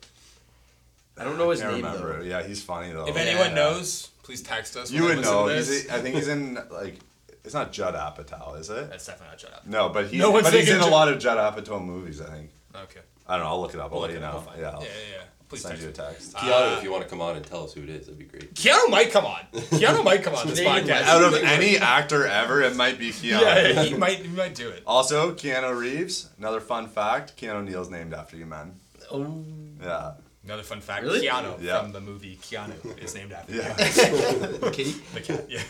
Speaker 5: I don't know his
Speaker 4: Can't
Speaker 5: name
Speaker 4: remember.
Speaker 5: though.
Speaker 4: Yeah, he's funny though.
Speaker 2: If anyone
Speaker 4: Oh, Yeah.
Speaker 2: knows, please text us.
Speaker 4: you
Speaker 2: when
Speaker 4: would
Speaker 2: listen
Speaker 4: know.
Speaker 2: to
Speaker 4: He's
Speaker 2: this.
Speaker 4: I think he's in like it's not Judd Apatow, is it?
Speaker 2: That's definitely not shut up.
Speaker 4: No, but he's
Speaker 2: No one's
Speaker 4: but he's in
Speaker 2: thinking
Speaker 4: a
Speaker 2: Judd-
Speaker 4: lot of Judd Apatow movies. I think.
Speaker 2: Okay.
Speaker 4: I don't know. I'll look it up. I'll
Speaker 3: We'll
Speaker 4: let you
Speaker 3: look it up.
Speaker 4: know.
Speaker 3: We'll find
Speaker 4: Oh, Yeah. I'll
Speaker 2: Yeah, yeah, yeah. Please
Speaker 4: Send
Speaker 2: text
Speaker 4: you a
Speaker 2: us.
Speaker 4: text.
Speaker 2: Uh,
Speaker 3: Keanu, if you want to come on and tell us who it is, that'd be great.
Speaker 2: Keanu might come on. Keanu might come on this
Speaker 5: Canadian
Speaker 2: podcast.
Speaker 4: Out of any actor ever, it might be Keanu.
Speaker 2: yeah, yeah, he might, he might do it.
Speaker 4: Also, Keanu Reeves. Another fun fact: Keanu Neal's named after you, man.
Speaker 1: Oh,
Speaker 4: Yeah.
Speaker 2: Another fun fact:
Speaker 5: Really?
Speaker 2: Keanu
Speaker 4: Yeah.
Speaker 2: from the movie Keanu is named after.
Speaker 4: Yeah.
Speaker 1: okay.
Speaker 2: The cat. Yeah.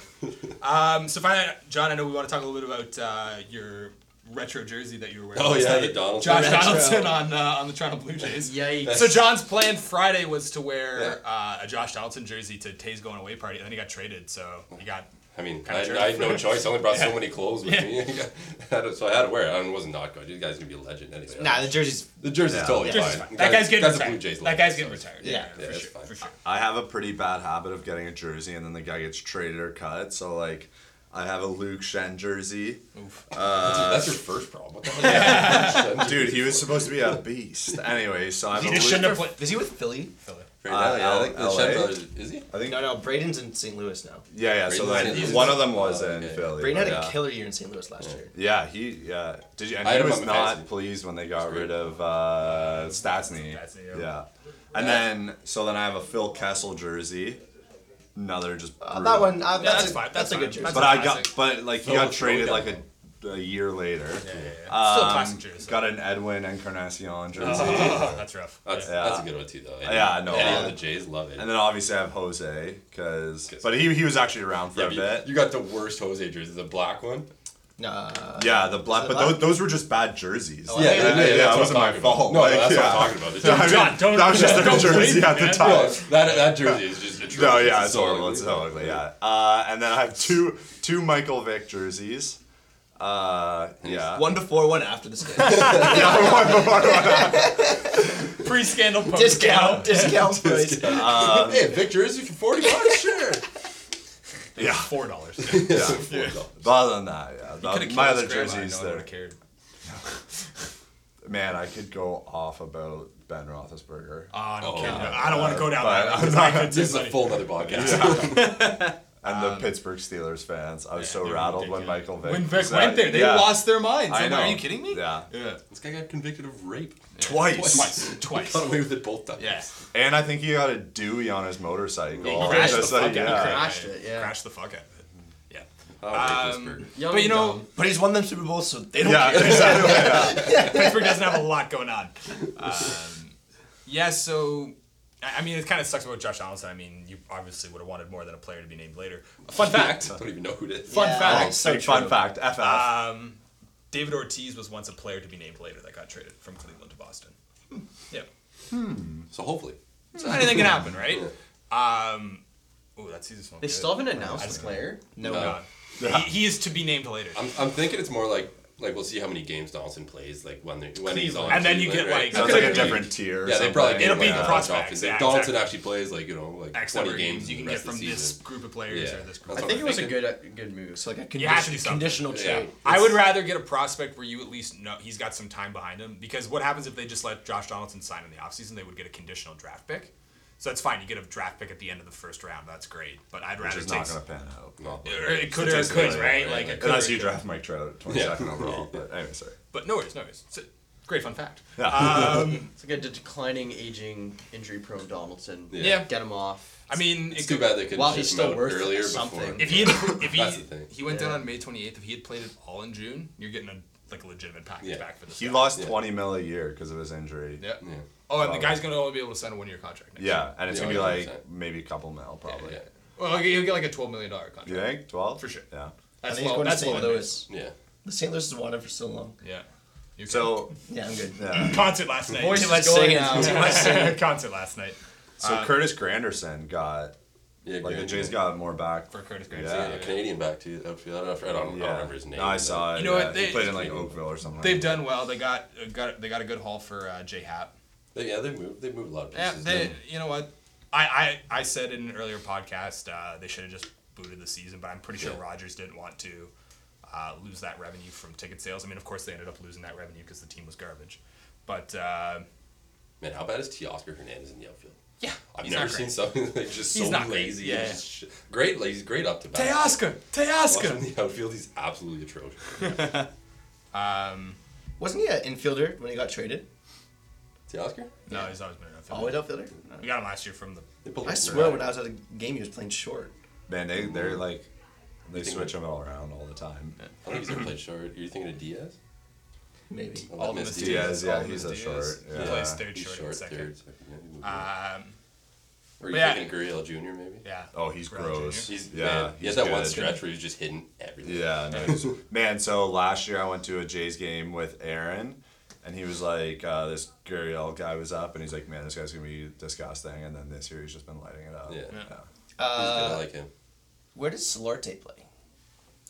Speaker 2: Um, so finally, John, I know we want to talk a little bit about uh, your retro jersey that you were wearing.
Speaker 3: Oh,
Speaker 2: last
Speaker 3: yeah,
Speaker 2: night.
Speaker 3: the Donaldson.
Speaker 2: Josh
Speaker 3: Retro.
Speaker 2: Donaldson on uh, on the Toronto Blue Jays.
Speaker 5: Yikes.
Speaker 2: So John's plan Friday was to wear uh, a Josh Donaldson jersey to Tay's going away party, and then he got traded. So he got
Speaker 3: I mean, I,
Speaker 2: Kinda jerk.
Speaker 3: I had no choice. I only brought
Speaker 2: Yeah.
Speaker 3: so many clothes with
Speaker 2: Yeah.
Speaker 3: me, I had to- so I had to wear it. I wasn't not going. This guy's gonna be a legend anyway.
Speaker 1: Nah, the jersey's
Speaker 3: the jersey's
Speaker 4: Yeah.
Speaker 3: totally
Speaker 2: Jersey's
Speaker 3: fine.
Speaker 2: fine. That guy's getting
Speaker 3: that's a
Speaker 2: retired.
Speaker 3: Blue Jays.
Speaker 2: that
Speaker 3: legend,
Speaker 2: guy's
Speaker 3: so
Speaker 2: getting
Speaker 3: it's-
Speaker 2: retired.
Speaker 1: Yeah.
Speaker 3: Yeah,
Speaker 2: for
Speaker 3: it's
Speaker 2: sure.
Speaker 3: fine.
Speaker 2: For sure.
Speaker 4: I have a pretty bad habit of getting a jersey and then the guy gets traded or cut. So like, I have a Luke Shen jersey. Uh,
Speaker 3: that's your first problem. What the hell?
Speaker 4: Dude, he was supposed to be a beast. Anyway, so I'm.
Speaker 2: He just shouldn't have played.
Speaker 1: Is he with Philly?
Speaker 4: Uh,
Speaker 3: Right now, yeah, I think the
Speaker 4: LA?
Speaker 3: Shen brothers. Is he?
Speaker 4: I think.
Speaker 1: No, no. Braden's in St. Louis now.
Speaker 4: Yeah, yeah. So
Speaker 3: Braden
Speaker 4: like,
Speaker 3: Sanders.
Speaker 4: one of them was
Speaker 3: Oh,
Speaker 4: in
Speaker 3: okay.
Speaker 4: Philly.
Speaker 1: Braden had
Speaker 4: but
Speaker 1: a
Speaker 4: yeah.
Speaker 1: killer year in St. Louis last year.
Speaker 4: Yeah, he yeah. Did you? And
Speaker 3: I
Speaker 4: he
Speaker 3: had him
Speaker 4: was
Speaker 3: on my
Speaker 4: not
Speaker 3: fantasy.
Speaker 4: pleased when they got
Speaker 3: great.
Speaker 4: rid of uh, Statsny.
Speaker 2: Stastny,
Speaker 4: yeah.
Speaker 2: yeah.
Speaker 4: And
Speaker 3: Yeah.
Speaker 4: then so then I have a Phil Kessel jersey. Another just
Speaker 1: Uh,
Speaker 4: brutal.
Speaker 1: that one, uh, that's,
Speaker 2: that's
Speaker 1: a,
Speaker 2: fine,
Speaker 1: that's,
Speaker 2: that's
Speaker 1: a good
Speaker 2: fine.
Speaker 1: jersey.
Speaker 2: That's
Speaker 4: But I
Speaker 2: classic.
Speaker 4: got but like he
Speaker 3: Phil-
Speaker 4: got
Speaker 3: Phil
Speaker 4: traded
Speaker 3: got
Speaker 4: like a
Speaker 3: him.
Speaker 4: a year later.
Speaker 2: Yeah, yeah, yeah.
Speaker 4: Um,
Speaker 2: Still a classic jersey. Uh-huh.
Speaker 4: Got an Edwin Encarnacion jersey.
Speaker 2: Oh, That's rough.
Speaker 3: That's,
Speaker 4: Yeah.
Speaker 3: that's a good one too, though. Any,
Speaker 4: Yeah, I know.
Speaker 3: Any of the Jays love it.
Speaker 4: And then obviously I have Jose, because
Speaker 3: 'Cause-
Speaker 4: but he he was actually around for
Speaker 3: yeah,
Speaker 4: a
Speaker 3: but you-
Speaker 4: bit.
Speaker 3: you got the worst Jose jersey, the black one.
Speaker 1: Nah.
Speaker 4: yeah, the black,
Speaker 1: it
Speaker 4: but
Speaker 1: black?
Speaker 4: tho- those were just bad jerseys.
Speaker 3: Oh,
Speaker 1: Yeah, yeah,
Speaker 3: yeah, that's what
Speaker 4: that
Speaker 3: I'm
Speaker 4: wasn't my
Speaker 3: talking about.
Speaker 4: fault.
Speaker 3: No,
Speaker 4: like,
Speaker 3: that's
Speaker 4: yeah.
Speaker 3: what I'm talking about. It's
Speaker 4: I mean,
Speaker 2: John, don't-
Speaker 4: that was just their
Speaker 2: don't
Speaker 4: jersey
Speaker 2: blame
Speaker 4: at the
Speaker 2: me, man.
Speaker 4: time.
Speaker 3: No, that that jersey is just atrocious.
Speaker 4: No, yeah, it's,
Speaker 3: so
Speaker 4: horrible.
Speaker 3: ugly.
Speaker 4: It's so ugly. Yeah. Uh, and then I have two two Michael Vick jerseys. Uh, yeah.
Speaker 1: One before, one after the scandal.
Speaker 2: Pre-scandal post
Speaker 1: discount, discount price.
Speaker 3: hey, Vic jersey for forty bucks, sure.
Speaker 4: Yeah.
Speaker 2: Four dollars.
Speaker 4: yeah. But other than that, yeah. the- my other jerseys
Speaker 2: No one
Speaker 4: there.
Speaker 2: would've cared.
Speaker 4: Man, I could go off about Ben Roethlisberger.
Speaker 2: Oh, no
Speaker 3: Oh,
Speaker 2: kidding.
Speaker 3: yeah.
Speaker 2: I don't want to go down
Speaker 4: But-
Speaker 2: that. road, 'cause I could
Speaker 3: This is a
Speaker 2: somebody-
Speaker 3: full other podcast.
Speaker 4: And the Pittsburgh Steelers fans. I was so
Speaker 2: they're
Speaker 4: rattled when
Speaker 2: ridiculous.
Speaker 4: Michael Vick.
Speaker 2: When Vic
Speaker 4: was
Speaker 2: went there, they
Speaker 4: yeah.
Speaker 2: lost their minds. I'm
Speaker 4: I
Speaker 2: like,
Speaker 4: know.
Speaker 2: Are you kidding me?
Speaker 4: Yeah.
Speaker 2: Yeah.
Speaker 3: This guy got convicted of rape.
Speaker 4: Twice.
Speaker 2: Twice. Twice.
Speaker 3: Got away with it both times.
Speaker 2: Yeah.
Speaker 4: And I think he got a Dewey on his motorcycle.
Speaker 2: He
Speaker 4: It's
Speaker 2: crashed the
Speaker 4: just like,
Speaker 2: fuck out.
Speaker 4: yeah.
Speaker 2: He
Speaker 1: Crashed it, yeah.
Speaker 2: Crashed the fuck out of it. Yeah.
Speaker 3: I like
Speaker 2: Um,
Speaker 3: Pittsburgh.
Speaker 5: Young
Speaker 2: but you
Speaker 5: and
Speaker 2: know,
Speaker 5: dumb.
Speaker 1: But he's won them Super Bowls, so they don't
Speaker 4: Yeah,
Speaker 1: care.
Speaker 4: exactly.
Speaker 2: Pittsburgh doesn't have a lot going on. Um, yeah, so I I mean, it kind of sucks about Josh Donaldson. I mean, you obviously would have wanted more than a player to be named later. Fun fact.
Speaker 3: I don't even know who it is.
Speaker 2: Fun
Speaker 1: Yeah.
Speaker 2: fact.
Speaker 4: Oh,
Speaker 1: So
Speaker 4: big fun
Speaker 1: true.
Speaker 4: fact. FF.
Speaker 2: Um, David Ortiz was once a player to be named later that got traded from Cleveland to Boston. Yeah.
Speaker 3: So hopefully.
Speaker 2: So anything can happen, right? Um, ooh, that season smelled
Speaker 5: They
Speaker 2: good.
Speaker 5: still haven't announced
Speaker 2: I
Speaker 5: the
Speaker 2: just-
Speaker 5: player.
Speaker 1: No.
Speaker 2: No.
Speaker 4: Yeah.
Speaker 2: He, he is to be named later.
Speaker 3: I'm, I'm thinking it's more like like we'll see how many games Donaldson plays like when they when he's on
Speaker 2: And then you
Speaker 3: Cleveland,
Speaker 2: get,
Speaker 3: right?
Speaker 2: like-
Speaker 4: so it's like a different tier. or
Speaker 3: yeah they
Speaker 4: something.
Speaker 3: probably
Speaker 2: It'll be
Speaker 3: like,
Speaker 2: prospects,
Speaker 3: Donaldson.
Speaker 2: yeah,
Speaker 3: If Donaldson
Speaker 2: exactly.
Speaker 3: actually plays like you know like
Speaker 2: X number
Speaker 3: 20
Speaker 2: of
Speaker 3: games
Speaker 2: games you can
Speaker 3: the
Speaker 2: get
Speaker 3: rest of
Speaker 2: from
Speaker 3: the
Speaker 2: this
Speaker 3: season.
Speaker 2: group of players
Speaker 3: Yeah.
Speaker 2: or this
Speaker 3: That's
Speaker 2: group. Of
Speaker 5: I
Speaker 3: what
Speaker 5: think it was a
Speaker 3: thinking.
Speaker 5: good a good move.
Speaker 1: So like a
Speaker 2: You have to
Speaker 1: condition,
Speaker 2: do something.
Speaker 1: conditional
Speaker 3: Yeah.
Speaker 1: trade.
Speaker 2: I would rather get a prospect where you at least know he's got some time behind him because what happens if they just let Josh Donaldson sign in the offseason? They would get a conditional draft pick. So that's fine. You get a draft pick at the end of the first round. That's great. But I'd
Speaker 4: Which
Speaker 2: rather
Speaker 4: is
Speaker 2: take.
Speaker 4: not going to pan out.
Speaker 3: No.
Speaker 2: or it could or it could,
Speaker 4: Statistically,
Speaker 2: right?
Speaker 3: yeah,
Speaker 2: Like
Speaker 3: yeah.
Speaker 2: it could. or
Speaker 4: Unless
Speaker 2: it
Speaker 4: you
Speaker 2: could.
Speaker 4: draft Mike Trout, 22nd
Speaker 3: Yeah.
Speaker 4: overall. But anyway, sorry.
Speaker 2: But no worries, no worries. It's a great fun fact. Um,
Speaker 4: Yeah. uh,
Speaker 5: It's like a de- declining, aging, injury-prone Donaldson.
Speaker 3: Yeah.
Speaker 2: Yeah.
Speaker 5: Get him off.
Speaker 2: I mean,
Speaker 3: It's
Speaker 2: it
Speaker 3: too
Speaker 2: could,
Speaker 3: bad they couldn't
Speaker 5: While
Speaker 3: ship
Speaker 5: he's
Speaker 3: him
Speaker 5: still
Speaker 3: out
Speaker 5: worth
Speaker 3: earlier
Speaker 5: something.
Speaker 3: before.
Speaker 2: If he had, if he
Speaker 3: That's the thing.
Speaker 2: he went
Speaker 5: Yeah.
Speaker 2: down on May 28th, if he had played it all in June, you're getting a like a legitimate package
Speaker 3: Yeah.
Speaker 2: back for this.
Speaker 4: he
Speaker 2: guy.
Speaker 4: lost
Speaker 3: Yeah.
Speaker 4: 20 mil a year because of his injury.
Speaker 2: Yeah.
Speaker 3: Yeah.
Speaker 2: Oh, and the guy's gonna only be able to sign a one year contract. Next year.
Speaker 4: Yeah, and it's
Speaker 3: Yeah,
Speaker 4: going to be like
Speaker 3: 100%.
Speaker 4: maybe a couple mil, probably.
Speaker 3: Yeah.
Speaker 2: Well, he'll get like a twelve million dollar contract.
Speaker 4: You think? 12?
Speaker 2: For sure.
Speaker 4: Yeah.
Speaker 1: I
Speaker 2: That's
Speaker 1: think he's
Speaker 2: low.
Speaker 1: going to
Speaker 2: That's low.
Speaker 1: St. Louis.
Speaker 3: Yeah.
Speaker 1: The St. Louis has wanted for so long.
Speaker 2: Yeah. You
Speaker 4: So,
Speaker 1: Yeah, I'm good.
Speaker 4: yeah.
Speaker 2: concert last night.
Speaker 5: Voice
Speaker 1: Too much
Speaker 5: going
Speaker 1: singing.
Speaker 5: out.
Speaker 1: Too much singing.
Speaker 2: concert last night
Speaker 4: so Curtis Granderson got,
Speaker 3: Yeah.
Speaker 4: like, the
Speaker 3: good.
Speaker 4: Jays got more back.
Speaker 2: for Curtis Grant.
Speaker 4: Yeah.
Speaker 3: Yeah, Canadian back to the outfield. I don't know if I don't, I don't remember his name.
Speaker 4: No, I
Speaker 3: but-
Speaker 4: saw it.
Speaker 2: You know
Speaker 4: yeah.
Speaker 2: what,
Speaker 4: he
Speaker 2: they-
Speaker 4: played in, like, Oakville or something.
Speaker 2: They've
Speaker 4: like
Speaker 2: done well. They got uh, got they got a good haul for uh, J Hap.
Speaker 3: They, yeah, they moved. They moved a lot of
Speaker 2: Yeah,
Speaker 3: pieces.
Speaker 2: they, you know what? I, I, I said in an earlier podcast uh, they should have just booted the season, but I'm pretty sure
Speaker 3: Yeah.
Speaker 2: Rogers didn't want to uh, lose that revenue from ticket sales. I mean, of course, they ended up losing that revenue because the team was garbage. But uh,
Speaker 3: Man, how bad is T. Oscar Hernandez in the outfield?
Speaker 2: yeah,
Speaker 3: I've
Speaker 2: he's
Speaker 3: never
Speaker 2: not
Speaker 3: seen
Speaker 2: great.
Speaker 3: something like just
Speaker 2: He's
Speaker 3: so
Speaker 2: not great,
Speaker 3: lazy.
Speaker 2: yeah.
Speaker 3: and just sh- great lazy, great up to bat.
Speaker 2: Teoscar,
Speaker 3: Watch him
Speaker 2: Teoscar.
Speaker 3: in the outfield, he's absolutely atrocious.
Speaker 2: Um,
Speaker 1: Wasn't he an infielder when he got traded?
Speaker 3: T. Oscar?
Speaker 2: no, he's always been an outfielder.
Speaker 1: Always outfielder?
Speaker 2: We got him last year from the
Speaker 3: They pulled
Speaker 1: I
Speaker 3: him
Speaker 1: swear
Speaker 3: right.
Speaker 1: when I was at a game, he was playing short.
Speaker 4: Man, they, they're, like, they
Speaker 3: think-
Speaker 4: switch them all around all the time.
Speaker 3: I don't think he's ever played short. Are you thinking of Diaz?
Speaker 1: Maybe.
Speaker 3: Oh,
Speaker 2: All
Speaker 3: I missed
Speaker 2: of the
Speaker 4: Diaz, yeah,
Speaker 2: All
Speaker 4: he's
Speaker 2: of
Speaker 4: a
Speaker 2: the
Speaker 4: short.
Speaker 2: Diaz.
Speaker 4: Yeah.
Speaker 2: He plays third
Speaker 3: He's
Speaker 2: short,
Speaker 3: short,
Speaker 2: and second.
Speaker 3: third, second. yeah, he moved around.
Speaker 2: Um,
Speaker 3: or are you
Speaker 2: but yeah.
Speaker 3: thinking of Gurriel Jr. maybe?
Speaker 2: yeah.
Speaker 4: Oh, he's
Speaker 2: Brown
Speaker 4: gross.
Speaker 2: Jr.
Speaker 3: He's,
Speaker 4: yeah,
Speaker 3: man, he
Speaker 4: he's
Speaker 3: had that one
Speaker 4: good.
Speaker 3: stretch where he was just hitting everything.
Speaker 4: Yeah, no, he's- man. So last year I went to a Jays game with Aaron, and he was like, uh, this Guriel guy was up, and he's like, man, this guy's gonna be disgusting. And then this year he's just been lighting it up.
Speaker 3: Yeah.
Speaker 2: Yeah.
Speaker 3: He's good. I
Speaker 1: Uh,
Speaker 3: like him.
Speaker 1: where does Solarte play?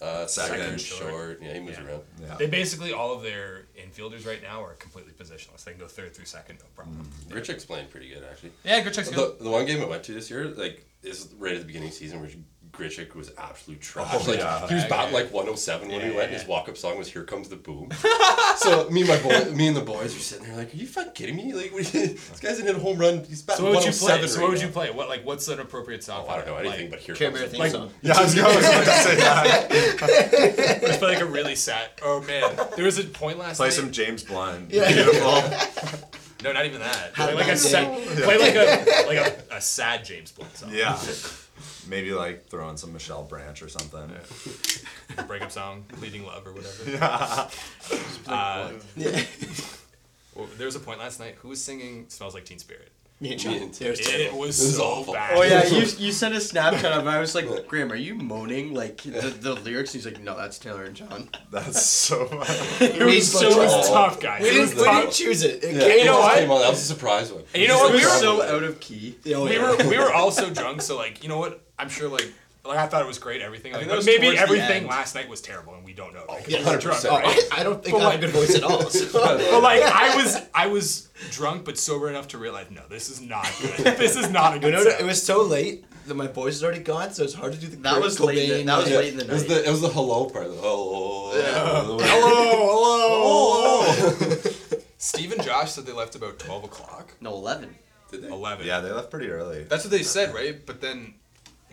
Speaker 3: Uh, second,
Speaker 4: second
Speaker 3: short. Yeah, he moves
Speaker 2: Yeah.
Speaker 3: around.
Speaker 4: Yeah.
Speaker 2: They basically all of their infielders right now are completely positionless. They can go third through second, no problem.
Speaker 3: Grichuk's playing pretty good, actually.
Speaker 2: Yeah, Grichuk's good.
Speaker 3: The, the one game I went to this year, like, is right at the beginning of the season where Grichuk was absolute trash.
Speaker 4: Oh,
Speaker 3: like,
Speaker 4: yeah.
Speaker 3: he was batting like 107 when
Speaker 2: Yeah,
Speaker 3: we went,
Speaker 2: yeah,
Speaker 3: and his
Speaker 2: yeah.
Speaker 3: walk up song was Here Comes the Boom. so, me and my boy, me and the boys are sitting there like, Are you fucking kidding me? Like, what are you, this guy's in a home run. He's batting
Speaker 2: so what would
Speaker 3: 107.
Speaker 2: you play? So
Speaker 3: right
Speaker 2: what would you
Speaker 3: now."
Speaker 2: play? What like what's an appropriate song?
Speaker 3: Oh, I don't know anything, but
Speaker 2: like,
Speaker 3: Here
Speaker 1: Care
Speaker 3: Comes
Speaker 1: Bear
Speaker 3: the
Speaker 1: theme
Speaker 3: Boom.
Speaker 1: song.
Speaker 4: Yeah, I was going to say that.
Speaker 2: but just play like a really sad. Oh man, there was a point last
Speaker 4: Play
Speaker 2: night.
Speaker 4: some James Blunt.
Speaker 1: Yeah.
Speaker 4: Beautiful.
Speaker 2: no, not even that.
Speaker 1: How
Speaker 2: Play like a
Speaker 1: about
Speaker 2: sad. Play like a like a, a sad James Blunt song.
Speaker 4: Yeah. Maybe like throw in some Michelle Branch or something.
Speaker 2: breakup song, leading love or whatever.
Speaker 4: Yeah.
Speaker 2: Uh,
Speaker 1: Yeah.
Speaker 2: well, there was a point last night. Who was singing "Smells Like Teen Spirit"?
Speaker 1: Me and
Speaker 3: Me
Speaker 1: John.
Speaker 3: and
Speaker 1: It was
Speaker 2: It
Speaker 1: terrible.
Speaker 2: was
Speaker 3: This is
Speaker 2: so
Speaker 3: awful.
Speaker 2: bad.
Speaker 5: Oh yeah, you you sent a Snapchat of. it. I was like, Graham, are you moaning like the, the lyrics? He's like, No, that's Taylor and John.
Speaker 4: That's so
Speaker 2: It was
Speaker 1: was
Speaker 2: so it was
Speaker 1: awful.
Speaker 2: tough, guys.
Speaker 1: We
Speaker 2: It was
Speaker 1: didn't, we didn't
Speaker 2: tough.
Speaker 1: choose it. It
Speaker 3: Yeah,
Speaker 1: came-
Speaker 3: it
Speaker 2: you know
Speaker 3: just
Speaker 2: what?
Speaker 3: Came on. That was a surprise one.
Speaker 2: And you know what?
Speaker 5: It
Speaker 2: We
Speaker 5: was
Speaker 2: were
Speaker 5: so out of key.
Speaker 1: Oh,
Speaker 2: we
Speaker 1: yeah.
Speaker 2: were we were all so drunk, so like you know what? I'm sure like like I thought it was great everything. Like,
Speaker 1: think that
Speaker 2: but
Speaker 1: was
Speaker 2: maybe
Speaker 1: towards the
Speaker 2: everything
Speaker 1: end.
Speaker 2: last night was terrible and we don't know. Like,
Speaker 1: yeah,
Speaker 2: we were drunk,
Speaker 3: 100%,
Speaker 1: Oh,
Speaker 2: right?
Speaker 1: I, I don't think
Speaker 2: But
Speaker 1: I have a
Speaker 2: like-
Speaker 1: good voice at all. so-
Speaker 2: But like I was I was drunk but sober enough to realize no, this is not good. this is not a
Speaker 1: You
Speaker 2: good.
Speaker 1: know, it
Speaker 2: sound.
Speaker 1: was so late that my voice is already gone, so it's hard to do the.
Speaker 5: That
Speaker 1: Kurt
Speaker 5: was late in the-
Speaker 1: Cobain,
Speaker 5: that was
Speaker 1: like-
Speaker 5: late in the
Speaker 3: It was
Speaker 5: night.
Speaker 3: the it was the hello part. The hello.
Speaker 4: Oh,
Speaker 2: hello, hello, hello. Steve and Josh said they left about twelve o'clock.
Speaker 5: No, eleven.
Speaker 3: Did they?
Speaker 2: Eleven.
Speaker 4: Yeah, they left pretty early.
Speaker 2: That's what they said, right? But then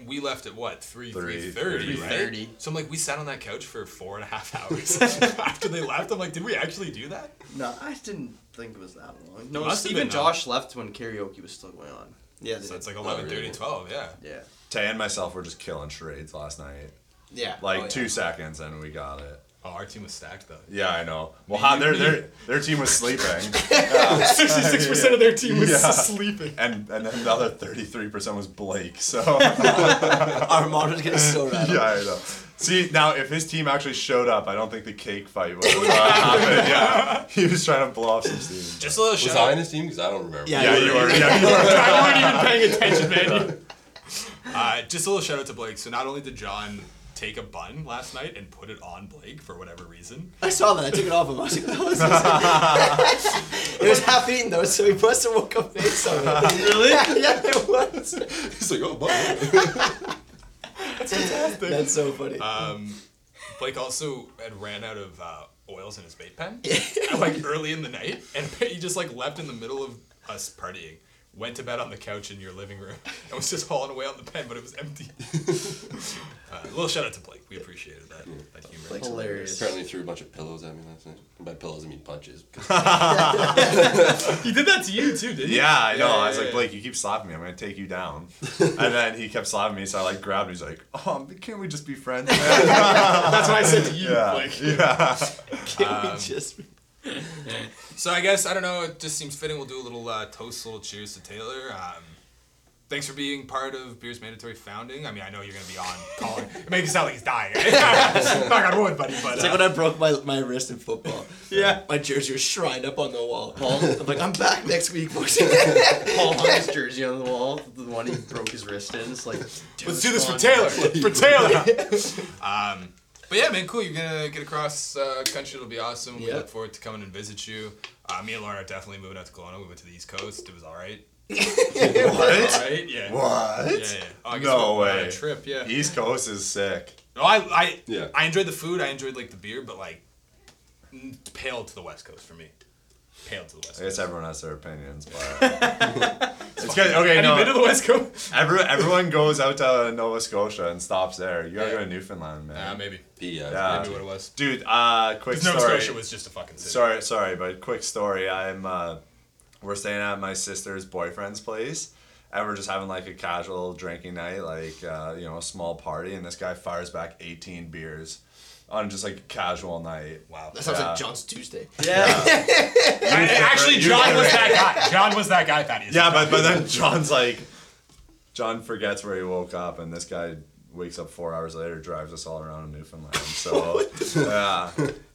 Speaker 2: we left at what three
Speaker 4: Three,
Speaker 2: three thirty,
Speaker 4: three
Speaker 2: right?
Speaker 5: thirty.
Speaker 2: So I'm like, we sat on that couch for four and a half hours after they left. I'm like, did we actually do that?
Speaker 5: No, I didn't think it was that long. No,
Speaker 2: Must have
Speaker 5: Steve
Speaker 2: been
Speaker 5: and Josh left when karaoke was still going on.
Speaker 1: Yeah, they
Speaker 2: So
Speaker 1: did.
Speaker 2: it's like
Speaker 3: really.
Speaker 2: 11, 12, yeah.
Speaker 5: Yeah.
Speaker 4: Tay and myself were just killing charades last night.
Speaker 1: yeah,
Speaker 4: Like
Speaker 1: oh, yeah.
Speaker 4: two seconds and we got it.
Speaker 2: Oh, our team was stacked though.
Speaker 4: Yeah, I know. Well, how, their, their, their team was sleeping.
Speaker 2: 66% of their team was
Speaker 4: Yeah.
Speaker 2: sleeping.
Speaker 4: and and then the other 33% was Blake. So
Speaker 1: Armando's getting so rattled.
Speaker 4: yeah, I know. See, now if his team actually showed up, I don't think the cake fight would have happened. Yeah, he was trying to blow off some steam.
Speaker 2: Just a little
Speaker 3: Was
Speaker 2: shout
Speaker 3: I
Speaker 2: out.
Speaker 3: in his team? Because I don't remember.
Speaker 1: Yeah,
Speaker 4: Yeah, you were. Yeah, you were.
Speaker 2: I weren't even paying attention, man. uh, just a little shout out to Blake. So not only did John take a bun last night and put it on Blake for whatever reason.
Speaker 1: I saw that. I took it off him. I was like, "What was this?" it was half eaten though, so he must have woke up and ate some. of it.
Speaker 5: Really?
Speaker 1: yeah, yeah, it was.
Speaker 3: He's like, oh, bud.
Speaker 1: That's so funny.
Speaker 2: Um, Blake also had ran out of uh, oils in his vape pen, like early in the night, and he just like left in the middle of us partying. Went to bed on the couch in your living room and was just hauling away on the pen, but it was empty. uh, little shout out to Blake. We appreciated that, that humor.
Speaker 1: Blake's
Speaker 5: Hilarious.
Speaker 3: Apparently threw a bunch of pillows at me last night. And by pillows, I mean punches.
Speaker 2: He did that to you too, didn't
Speaker 4: Yeah, I know.
Speaker 2: Yeah,
Speaker 4: I was
Speaker 2: yeah,
Speaker 4: like,
Speaker 2: yeah.
Speaker 4: Blake, you keep slapping me. I'm gonna take you down. and then he kept slapping me, so I like grabbed him. He's like, oh, can't we just be friends? Man?
Speaker 2: That's what I said to you,
Speaker 4: yeah,
Speaker 2: Blake.
Speaker 4: yeah.
Speaker 1: Can't we just?
Speaker 2: So I guess I don't know. It just seems fitting. We'll do a little uh, toast, a little cheers to Taylor. Um, thanks for being part of Beer's mandatory founding. I mean, I know you're gonna be on calling. It makes it sound like he's dying. Knock on wood, buddy. But
Speaker 1: It's like
Speaker 2: uh,
Speaker 1: when I broke my, my wrist in football. Yeah. My jersey was shrined up on the wall. Paul, I'm like, I'm back next week, boys.
Speaker 5: Paul hung his jersey on the wall. The one he broke his wrist in. It's like.
Speaker 2: let's do this for
Speaker 5: on.
Speaker 2: Taylor. For Taylor. um, but yeah, man, cool. You're gonna get across uh, country. It'll be awesome. We
Speaker 1: Yeah.
Speaker 2: look forward to coming and visit you. Uh, me and Lauren are definitely moving out to Kelowna. We went to the East Coast. It was all right. All
Speaker 4: What?
Speaker 2: right. Yeah.
Speaker 4: What?
Speaker 2: Yeah, yeah. Oh, I guess
Speaker 4: No
Speaker 2: we'll- we're on a
Speaker 4: way.
Speaker 2: Trip, yeah.
Speaker 4: East Coast is sick.
Speaker 2: No, I, I,
Speaker 3: Yeah.
Speaker 2: I enjoyed the food. I enjoyed like the beer, but like n- pale to the West Coast for me. Pale to the West
Speaker 4: I
Speaker 2: Coast.
Speaker 4: guess everyone has their opinions, but it's good. Okay,
Speaker 2: Have
Speaker 4: no.
Speaker 2: you been to the West Coast?
Speaker 4: Every, everyone goes out to Nova Scotia and stops there. You gotta
Speaker 2: Yeah.
Speaker 4: go to Newfoundland, man.
Speaker 2: Nah, maybe.
Speaker 3: Yeah.
Speaker 4: Yeah.
Speaker 2: Maybe what it was.
Speaker 4: Dude, uh, quick
Speaker 2: Because Nova
Speaker 4: story.
Speaker 2: Scotia was just a fucking city.
Speaker 4: sorry, sorry, but quick story. I'm uh, we're staying at my sister's boyfriend's place, and we're just having like a casual drinking night, like uh, you know, a small party, and this guy fires back 18 beers on just like a casual night.
Speaker 2: Wow.
Speaker 1: That sounds
Speaker 4: Yeah.
Speaker 1: like John's Tuesday.
Speaker 5: Yeah.
Speaker 2: I- actually,
Speaker 4: you
Speaker 2: John
Speaker 4: did
Speaker 2: was that guy. John was that guy, Thaddeus.
Speaker 4: Yeah, but but then John's like, John forgets where he woke up, and this guy wakes up four hours later, drives us all around Newfoundland. So yeah,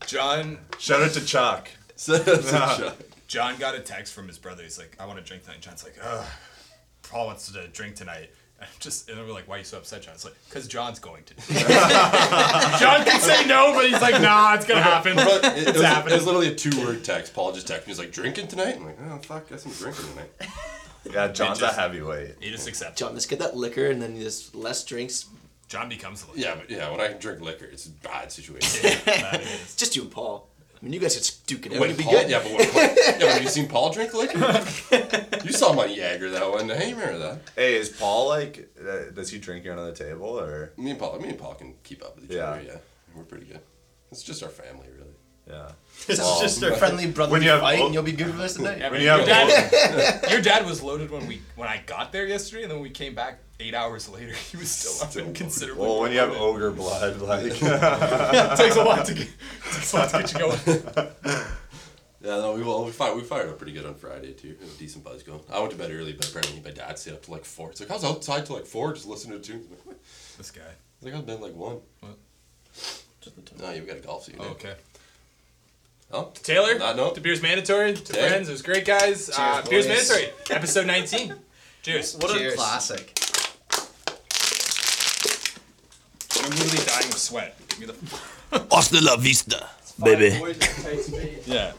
Speaker 2: John,
Speaker 4: shout out to Chuck.
Speaker 3: So that's a shock.
Speaker 2: John got a text from his brother. He's like, I want to drink tonight. John's like, ugh, Paul wants to drink tonight. And I'm just and then we're like, why are you so upset, John? It's like, because John's going to. John can say no, but he's like, nah, it's gonna happen.
Speaker 3: But it, it, was, it
Speaker 2: happening.
Speaker 3: was literally a two-word text. Paul just texted me. He's like, "Drinking tonight?" I'm like, "Oh fuck, guess I'm drinking tonight."
Speaker 4: Yeah, John's a
Speaker 2: Bitches.
Speaker 4: heavyweight.
Speaker 2: He just accepts. it.
Speaker 1: John, let's get that liquor and then just less drinks.
Speaker 2: John becomes the leader.
Speaker 3: Yeah, but yeah, when I drink liquor, it's a bad situation.
Speaker 1: It's just you and Paul. I mean, you guys could duke it out.
Speaker 3: When
Speaker 1: It'd be
Speaker 3: Paul,
Speaker 1: good.
Speaker 3: yeah, but when, yeah, but have you seen Paul drink liquor? you saw him on Jagger that one day. You remember that?
Speaker 4: Hey, is Paul like? Uh, does he drink here under the table or?
Speaker 3: Me and Paul, me and Paul can keep up with each
Speaker 4: Yeah.
Speaker 3: other. Yeah, we're pretty good. It's just our family, really.
Speaker 4: Yeah.
Speaker 1: This
Speaker 4: Well,
Speaker 1: is just a friendly
Speaker 4: when
Speaker 1: brotherly
Speaker 4: you have
Speaker 1: fight,
Speaker 4: o-
Speaker 1: and you'll be good for the rest of the night.
Speaker 2: Yeah,
Speaker 4: When
Speaker 2: man,
Speaker 4: you have
Speaker 2: your, dad, your dad was loaded when we when I got there yesterday, and then when we came back eight hours later, he was still, up and considerably.
Speaker 4: Well, when you have
Speaker 2: bloated.
Speaker 4: ogre blood, like
Speaker 2: it takes a lot to get, takes a lot to get you going.
Speaker 3: Yeah, no, we well, we fired we fired up pretty good on Friday too. It was a decent buzz going. I went to bed early, but apparently my dad stayed up till like four. It's like I was outside till like four, just listening to tunes. I'm like, what?
Speaker 2: This guy.
Speaker 3: I think I was bed like one.
Speaker 2: What?
Speaker 3: No, you've got a golf scene.
Speaker 2: Okay.
Speaker 3: Oh,
Speaker 2: Taylor,
Speaker 3: Not no.
Speaker 2: the beer's mandatory. To
Speaker 3: Yeah.
Speaker 2: friends, it was great, guys. uh,
Speaker 1: Cheers,
Speaker 2: beer's
Speaker 1: boys.
Speaker 2: mandatory. Episode 19. Cheers.
Speaker 5: What
Speaker 1: Cheers.
Speaker 5: a classic.
Speaker 2: I'm literally dying of sweat. Give me the.
Speaker 6: Hasta la vista, baby.
Speaker 2: Yeah.